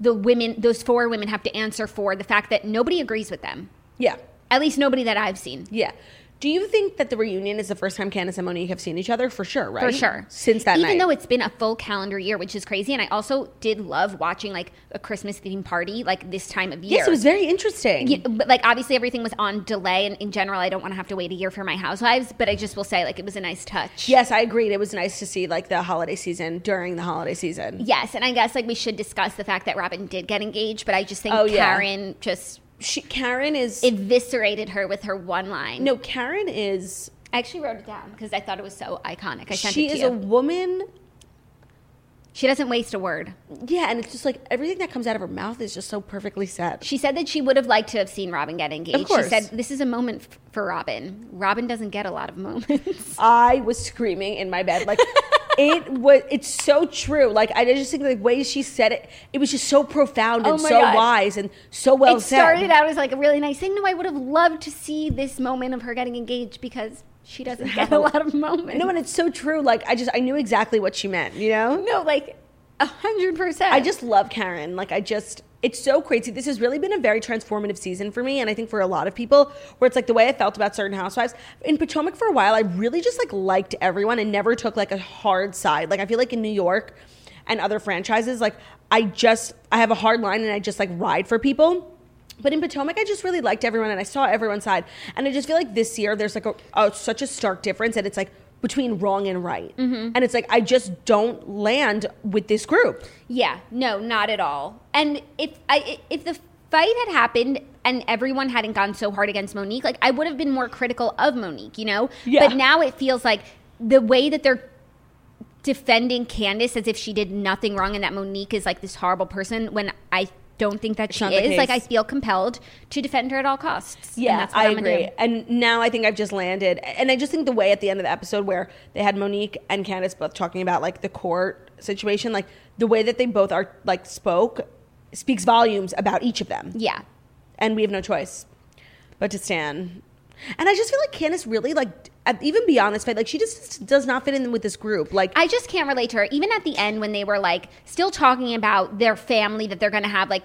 Speaker 2: the women, those four women, have to answer for the fact that nobody agrees with them.
Speaker 1: yeah,
Speaker 2: At least nobody that I've seen.
Speaker 1: yeah. Do you think that the reunion is the first time Candace and Monique have seen each other? For sure, right?
Speaker 2: For sure.
Speaker 1: Since that night.
Speaker 2: Even though it's been a full calendar year, which is crazy. And I also did love watching like a Christmas themed party like this time of year.
Speaker 1: yes, it was very interesting.
Speaker 2: You- but like obviously everything was on delay and in general I don't want to have to wait a year for my housewives, but I just will say like it was a nice touch.
Speaker 1: Yes, I agreed. It was nice to see like the holiday season during the holiday season.
Speaker 2: Yes, and I guess like we should discuss the fact that Robin did get engaged, but I just think
Speaker 1: Oh, yeah.
Speaker 2: Karen just
Speaker 1: She, Karen is
Speaker 2: eviscerated her with her one line.
Speaker 1: no. Karen is
Speaker 2: I actually wrote it down because I thought it was so iconic. I sent
Speaker 1: she
Speaker 2: it to
Speaker 1: is
Speaker 2: you.
Speaker 1: a woman.
Speaker 2: she doesn't waste a word.
Speaker 1: Yeah, and it's just like everything that comes out of her mouth is just so perfectly said.
Speaker 2: She said that she would have liked to have seen Robin get engaged.
Speaker 1: Of course.
Speaker 2: She said this is a moment f- for Robin. Robin doesn't get a lot of moments.
Speaker 1: I was screaming in my bed like. It was. It's so true. Like I just think the way she said it, it was just so profound
Speaker 2: Oh
Speaker 1: and
Speaker 2: my
Speaker 1: so
Speaker 2: God.
Speaker 1: wise and so well
Speaker 2: it
Speaker 1: said.
Speaker 2: started out as like a really nice thing. No, I would have loved to see this moment of her getting engaged because she doesn't get a lot of moments.
Speaker 1: No, and it's so true. Like I just, I knew exactly what she meant. You know?
Speaker 2: no, like a hundred percent.
Speaker 1: I just love Karen. Like I just it's so crazy. This has really been a very transformative season for me and I think for a lot of people where it's like the way I felt about certain housewives. In Potomac for a while, I really just like liked everyone and never took like a hard side. Like I feel like in New York and other franchises, like I just I have a hard line and I just like ride for people. But in Potomac, I just really liked everyone and I saw everyone's side. And I just feel like this year there's like a, a such a stark difference that it's like between wrong and right. And it's like I just don't land with this group.
Speaker 2: yeah, no, not at all. And if I if the fight had happened and everyone hadn't gone so hard against Monique, like I would have been more critical of Monique, you know.
Speaker 1: Yeah.
Speaker 2: But now it feels like the way that they're defending Candace as if she did nothing wrong and that Monique is like this horrible person when I don't think that she
Speaker 1: not the
Speaker 2: is. Like I
Speaker 1: case.
Speaker 2: feel compelled to defend her at all costs. and
Speaker 1: Yeah,
Speaker 2: that's what
Speaker 1: I
Speaker 2: I'm gonna
Speaker 1: agree.
Speaker 2: do.
Speaker 1: And now I think I've just landed. And I just think the way at the end of the episode where they had Monique and Candace both talking about like the court situation, like the way that they both are like spoke speaks volumes about each of them.
Speaker 2: Yeah.
Speaker 1: And we have no choice but to stand. And I just feel like Candace really like at- even beyond this fight, like she just does not fit in with this group. Like
Speaker 2: I just can't relate to her. Even at the end when they were like still talking about their family that they're gonna have, like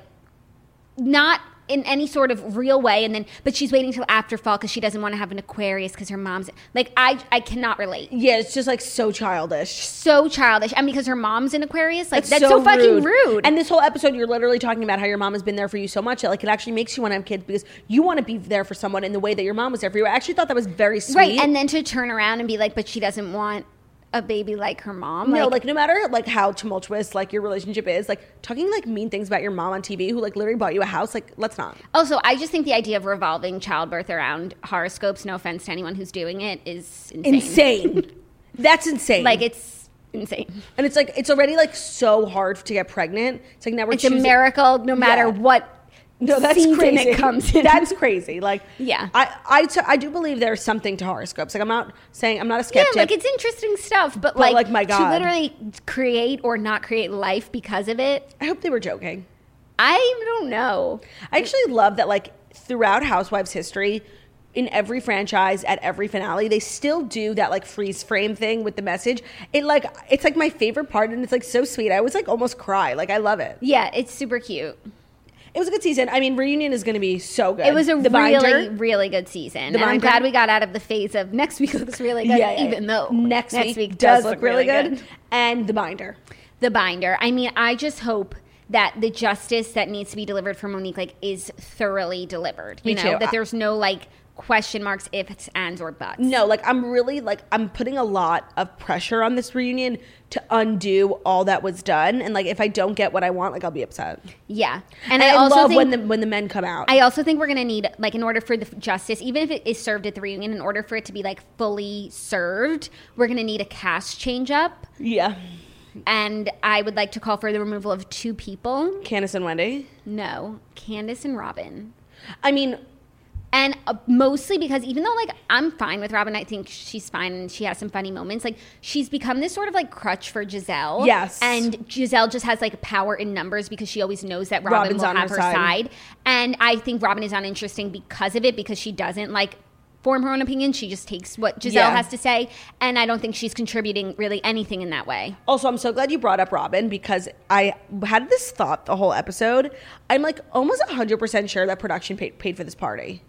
Speaker 2: not in any sort of real way and then but she's waiting till after fall because she doesn't want to have an aquarius because her mom's like i i cannot relate
Speaker 1: yeah, it's just like so childish.
Speaker 2: so childish and because her mom's an aquarius like that's, so,
Speaker 1: so
Speaker 2: fucking rude
Speaker 1: And this whole episode, you're literally talking about how your mom has been there for you so much that like it actually makes you want to have kids because you want to be there for someone in the way that your mom was there for you. I actually thought that was very sweet.
Speaker 2: Right, and then to turn around and be like, but she doesn't want a baby like her mom.
Speaker 1: no, like no matter like how tumultuous like your relationship is, like talking like mean things about your mom on TV who like literally bought you a house, like let's not.
Speaker 2: also, I just think the idea of revolving childbirth around horoscopes, no offense to anyone who's doing it, is insane.
Speaker 1: Insane. That's insane.
Speaker 2: Like it's insane.
Speaker 1: and it's like it's already like so hard to get pregnant. It's like now we're
Speaker 2: It's a
Speaker 1: choosing-
Speaker 2: miracle, no matter
Speaker 1: Yeah.
Speaker 2: what.
Speaker 1: No, that's
Speaker 2: season
Speaker 1: crazy.
Speaker 2: It comes in.
Speaker 1: That's crazy. Like,
Speaker 2: Yeah.
Speaker 1: I, I, t- I do believe there's something to horoscopes. Like, I'm not saying I'm not a
Speaker 2: yeah,
Speaker 1: skeptic.
Speaker 2: like it's interesting stuff, but, like,
Speaker 1: like, my God.
Speaker 2: to literally create or not create life because of it,
Speaker 1: I hope they were joking.
Speaker 2: I don't know.
Speaker 1: I actually love that, like, throughout Housewives history, in every franchise, at every finale, they still do that, like, freeze frame thing with the message. It, like, it's like my favorite part, and it's, like, so sweet. I always, like, almost cry. Like, I love it.
Speaker 2: Yeah, it's super cute.
Speaker 1: Uh, It was a good season. I mean, Reunion is going to be so good.
Speaker 2: It was a
Speaker 1: The
Speaker 2: really,
Speaker 1: binder.
Speaker 2: really good season.
Speaker 1: The
Speaker 2: and I'm
Speaker 1: binder.
Speaker 2: glad we got out of the phase of next week looks really good, even though
Speaker 1: next, week, does, look, really good. And The Binder.
Speaker 2: The binder. I mean, I just hope that the justice that needs to be delivered for Monique like is thoroughly delivered.
Speaker 1: Me
Speaker 2: You know,
Speaker 1: too.
Speaker 2: that
Speaker 1: I-
Speaker 2: there's no like question marks, ifs, ands, or buts.
Speaker 1: No, like I'm really like I'm putting a lot of pressure on this reunion to undo all that was done, and like if I don't get what I want, like I'll be upset.
Speaker 2: Yeah.
Speaker 1: And, I, love when the when the men come out.
Speaker 2: I also think we're going to need, like, in order for the f- justice, even if it is served at the reunion, in order for it to be, like, fully served, we're going to need a cast change up.
Speaker 1: yeah,
Speaker 2: And I would like to call for the removal of two people.
Speaker 1: Candace and Wendy.
Speaker 2: No, Candace and Robin.
Speaker 1: I mean,
Speaker 2: And uh, mostly because even though like I'm fine with Robin, I think she's fine and she has some funny moments. Like she's become this sort of like crutch for Giselle.
Speaker 1: Yes.
Speaker 2: And Giselle just has like power in numbers because she always knows that Robin
Speaker 1: Robin's
Speaker 2: will
Speaker 1: on
Speaker 2: have
Speaker 1: her
Speaker 2: her
Speaker 1: side.
Speaker 2: side. And I think Robin is uninteresting because of it because she doesn't like form her own opinion. She just takes what Giselle
Speaker 1: Yeah.
Speaker 2: has to say. And I don't think she's contributing really anything in that way.
Speaker 1: Also, I'm so glad you brought up Robin because I had this thought the whole episode. I'm like almost 100% sure that production paid, paid for this party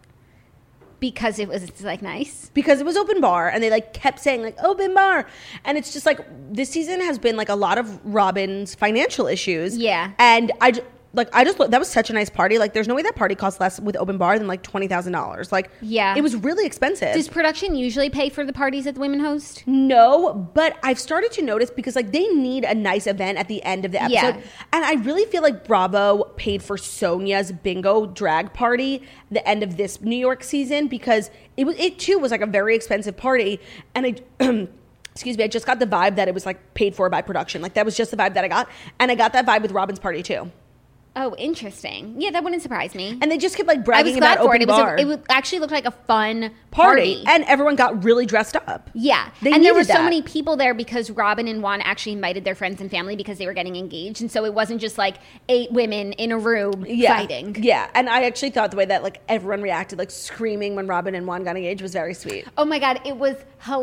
Speaker 2: Because it was like nice.
Speaker 1: because it was open bar and they like kept saying like open bar. And it's just like this season has been like a lot of Robin's financial issues.
Speaker 2: Yeah.
Speaker 1: And I j- like I just look- that was such a nice party. Like there's no way that party costs less with open bar than like $20,000. Like
Speaker 2: Yeah.
Speaker 1: It was really expensive.
Speaker 2: Does production usually pay for the parties that the women host?
Speaker 1: No, but I've started to notice because like they need a nice event at the end of the episode.
Speaker 2: Yeah.
Speaker 1: And I really feel like Bravo paid for Sonia's bingo drag party the end of this New York season because it was it too was like a very expensive party and I excuse me, I just got the vibe that it was like paid for by production. Like that was just the vibe that I got and I got that vibe with Robin's party too.
Speaker 2: Oh, interesting. Yeah, that wouldn't surprise me.
Speaker 1: And they just kept like
Speaker 2: I
Speaker 1: bragging
Speaker 2: was glad
Speaker 1: about
Speaker 2: for
Speaker 1: open
Speaker 2: it. It was.
Speaker 1: bar
Speaker 2: A, it would actually looked like a fun
Speaker 1: party.
Speaker 2: party.
Speaker 1: and everyone got really dressed up.
Speaker 2: yeah,
Speaker 1: They
Speaker 2: and there were
Speaker 1: needed
Speaker 2: so
Speaker 1: that.
Speaker 2: many people there because Robin and Juan actually invited their friends and family because they were getting engaged, and so it wasn't just like eight women in a room fighting.
Speaker 1: Yeah, and I actually thought the way that like everyone reacted, like screaming when Robin and Juan got engaged, was very sweet.
Speaker 2: Oh my god, it was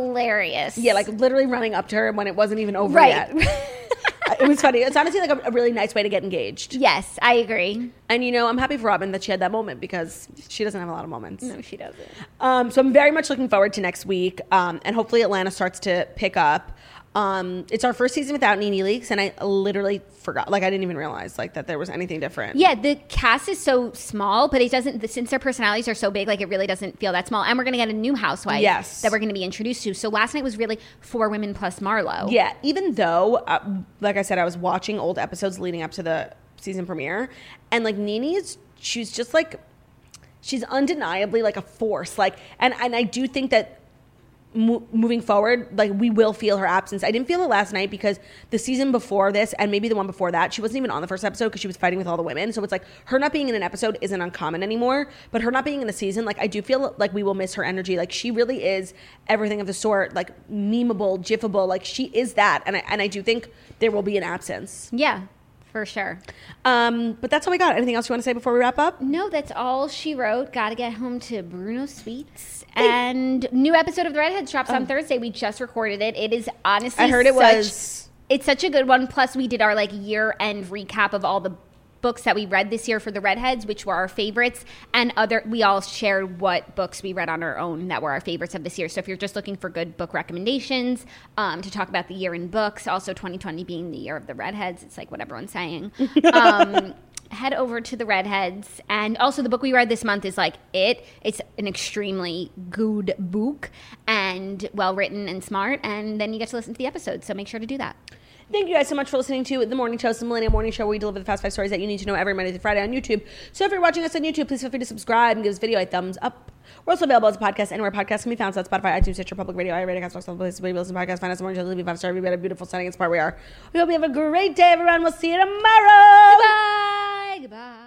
Speaker 2: hilarious.
Speaker 1: Yeah, like literally running up to her when it wasn't even over
Speaker 2: Right.
Speaker 1: yet. it was funny. It's honestly like a, a really nice way to get engaged.
Speaker 2: yes, I agree.
Speaker 1: And you know, I'm happy for Robin that she had that moment because she doesn't have a lot of moments.
Speaker 2: No, she doesn't.
Speaker 1: Um, so I'm very much looking forward to next week, um, and hopefully Atlanta starts to pick up. Um, it's our first season without Nene Leaks, and I literally forgot. Like I didn't even realize like that there was anything different.
Speaker 2: Yeah, the cast is so small, but it doesn't. The, since their personalities are so big, like it really doesn't feel that small. And we're gonna get a new housewife,
Speaker 1: Yes.
Speaker 2: that we're gonna be introduced to. So last night was really four women plus Marlo.
Speaker 1: Yeah, even though, uh, like I said, I was watching old episodes leading up to the season premiere, and like Nene is, she's just like, she's undeniably like a force. Like, and and I do think that mo- moving forward, like we will feel her absence. I didn't feel it last night because the season before this, and maybe the one before that, she wasn't even on the first episode because she was fighting with all the women. So it's like her not being in an episode isn't uncommon anymore. But her not being in a season, like I do feel like we will miss her energy. Like she really is everything of the sort, like memeable, gifable. Like she is that, and I and I do think there will be an absence.
Speaker 2: yeah, for sure.
Speaker 1: Um, but that's all we got. Anything else you want to say before we wrap up?
Speaker 2: No, that's all she wrote. Gotta get home to Bruno Sweets. And new episode of The Redheads drops on Thursday. We just recorded it. It is honestly
Speaker 1: Oh. I heard it
Speaker 2: such-
Speaker 1: was-
Speaker 2: it's such a good one. Plus we did our like year end recap of all the books that we read this year for the Redheads, which were our favorites, and other we all shared what books we read on our own that were our favorites of this year. So if you're just looking for good book recommendations, um, to talk about the year in books, also twenty twenty being the year of the redheads, it's like what everyone's saying. Um head over to the redheads and also the book we read this month is like it it's an extremely good book and well written and smart and then you get to listen to the episode so make sure to do that
Speaker 1: Thank you guys so much for listening to The Morning Toast, the Millennial Morning Show, where we deliver the fast five stories that you need to know every Monday through Friday on YouTube. So if you're watching us on YouTube, please feel free to subscribe and give this video a thumbs up. We're also available as a podcast anywhere podcasts can be found, so that's Spotify, iTunes, Stitcher, Public Radio, iRadio, Castbox, all the places where you listen to podcasts. Find us at Morning Show, leave a five star review, a beautiful signing. It's part we are. We hope you have a great day, everyone. We'll see you tomorrow.
Speaker 2: bye goodbye